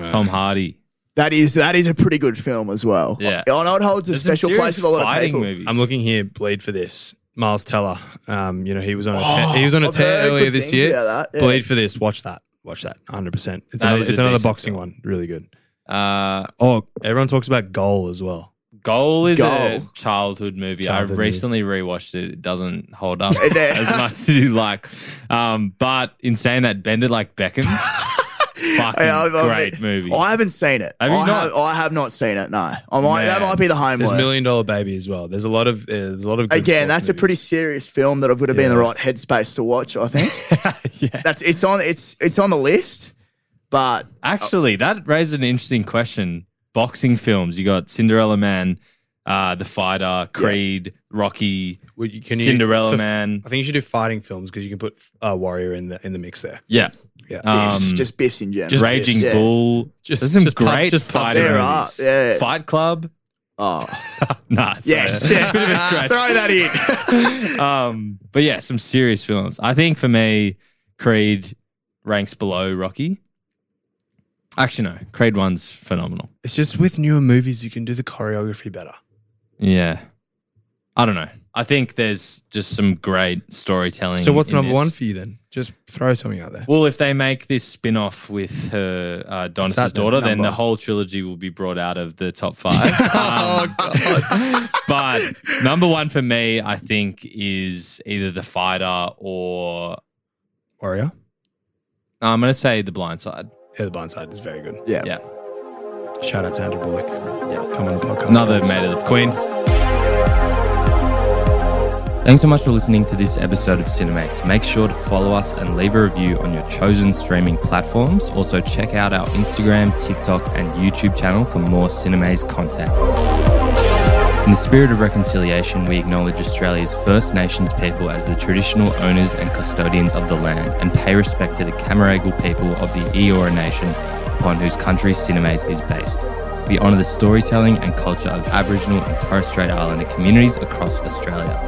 [SPEAKER 1] Tom Hardy.
[SPEAKER 8] That is that is a pretty good film as well.
[SPEAKER 1] Yeah.
[SPEAKER 8] I know it holds a
[SPEAKER 1] There's some
[SPEAKER 8] special
[SPEAKER 1] serious
[SPEAKER 8] place with a lot of
[SPEAKER 1] fighting
[SPEAKER 8] people.
[SPEAKER 1] movies.
[SPEAKER 7] I'm looking here. Bleed for this. Miles Teller. Um, you know he was on a tear he was on a
[SPEAKER 8] I've
[SPEAKER 7] tear
[SPEAKER 8] heard good
[SPEAKER 7] earlier this
[SPEAKER 8] things
[SPEAKER 7] year.
[SPEAKER 8] about that, yeah.
[SPEAKER 7] Bleed for this. Watch that. Watch that. 100. percent It's
[SPEAKER 1] That
[SPEAKER 7] another,
[SPEAKER 1] is a
[SPEAKER 7] it's another
[SPEAKER 1] decent
[SPEAKER 7] boxing
[SPEAKER 1] film.
[SPEAKER 7] one. Really good.
[SPEAKER 1] Uh,
[SPEAKER 7] Oh, everyone talks about goal as well.
[SPEAKER 1] Goal is a
[SPEAKER 8] Goal.
[SPEAKER 1] childhood movie.
[SPEAKER 7] Childhood
[SPEAKER 1] I
[SPEAKER 7] movie.
[SPEAKER 1] recently rewatched it. It doesn't hold *laughs* up
[SPEAKER 8] Yeah.
[SPEAKER 1] as much as you like. Um, but in saying that, Bend It Like *laughs* Beckham. fucking
[SPEAKER 8] Yeah, I've- I've-
[SPEAKER 1] great movie.
[SPEAKER 8] I haven't seen it.
[SPEAKER 1] Have you
[SPEAKER 8] I,
[SPEAKER 1] not?
[SPEAKER 8] Have, I have not seen it. No, I might, that
[SPEAKER 1] Man.
[SPEAKER 8] might be the homework.
[SPEAKER 7] There's Million Dollar Baby as well. There's a lot of uh, there's a lot of good
[SPEAKER 8] Again,
[SPEAKER 7] sports
[SPEAKER 8] that's a
[SPEAKER 7] movies.
[SPEAKER 8] pretty serious film that I would have been in the
[SPEAKER 7] Yeah.
[SPEAKER 8] right headspace to watch. I think
[SPEAKER 1] *laughs* yeah.
[SPEAKER 8] that's it's on it's it's on the list, but
[SPEAKER 1] Actually, that raises an interesting question. Boxing films. You got Cinderella Man, uh, The Fighter, Creed, Rocky.
[SPEAKER 7] Well, you- can you-
[SPEAKER 1] Cinderella
[SPEAKER 7] for f-
[SPEAKER 1] Man.
[SPEAKER 7] I think you should do fighting films because you can put uh, Warrior in the in the mix there.
[SPEAKER 1] Yeah.
[SPEAKER 7] Yeah.
[SPEAKER 8] Biff's,
[SPEAKER 1] Um,
[SPEAKER 8] just Biff's in general.
[SPEAKER 7] just
[SPEAKER 1] Raging
[SPEAKER 8] Biffs. Yeah.
[SPEAKER 1] Bull.
[SPEAKER 7] Just-
[SPEAKER 1] There's some
[SPEAKER 7] just pub-
[SPEAKER 1] great
[SPEAKER 7] just pub-
[SPEAKER 1] fighting
[SPEAKER 8] there
[SPEAKER 1] movies.
[SPEAKER 8] are, yeah.
[SPEAKER 1] Fight Club. *laughs*
[SPEAKER 8] oh,
[SPEAKER 1] Nah,
[SPEAKER 8] yes,
[SPEAKER 1] *laughs* sorry.
[SPEAKER 8] *laughs* yes.
[SPEAKER 1] Bit of a stretch.
[SPEAKER 8] throw that in.
[SPEAKER 1] um, but yeah, some serious films. I think for me, Creed ranks below Rocky. Actually, no, Creed one's phenomenal.
[SPEAKER 7] It's just with newer movies, you can do the choreography better.
[SPEAKER 1] Yeah, I don't know. I think there's just some great storytelling.
[SPEAKER 7] So what's
[SPEAKER 1] in
[SPEAKER 7] number
[SPEAKER 1] this.
[SPEAKER 7] one for you then? Just throw something out there.
[SPEAKER 1] Well, if they make this spin off with her uh, Adonis'
[SPEAKER 7] that
[SPEAKER 1] daughter, then
[SPEAKER 7] number?
[SPEAKER 1] the whole trilogy will be brought out of the top
[SPEAKER 7] *laughs*
[SPEAKER 1] five.
[SPEAKER 7] Oh,
[SPEAKER 1] Um, but number one for me, I think, is either The Fighter or
[SPEAKER 7] Warrior.
[SPEAKER 1] I'm going to say The Blind Side.
[SPEAKER 7] Yeah, the blind side is very good.
[SPEAKER 8] Yeah.
[SPEAKER 1] Yeah.
[SPEAKER 7] Shout out to Andrew Bullock. Yeah. Come on the podcast.
[SPEAKER 1] Another
[SPEAKER 7] please.
[SPEAKER 1] mate of the Queen. Thanks so much for listening to this episode of Cinemates. Make sure to follow us and leave a review on your chosen streaming platforms. Also, check out our Instagram, TikTok, and YouTube channel for more Cinemates content. In the spirit of reconciliation, we acknowledge Australia's First Nations people as the traditional owners and custodians of the land and pay respect to the Camaragal people of the Eora Nation upon whose country Cinemas is based. We honour the storytelling and culture of Aboriginal and Torres Strait Islander communities across Australia.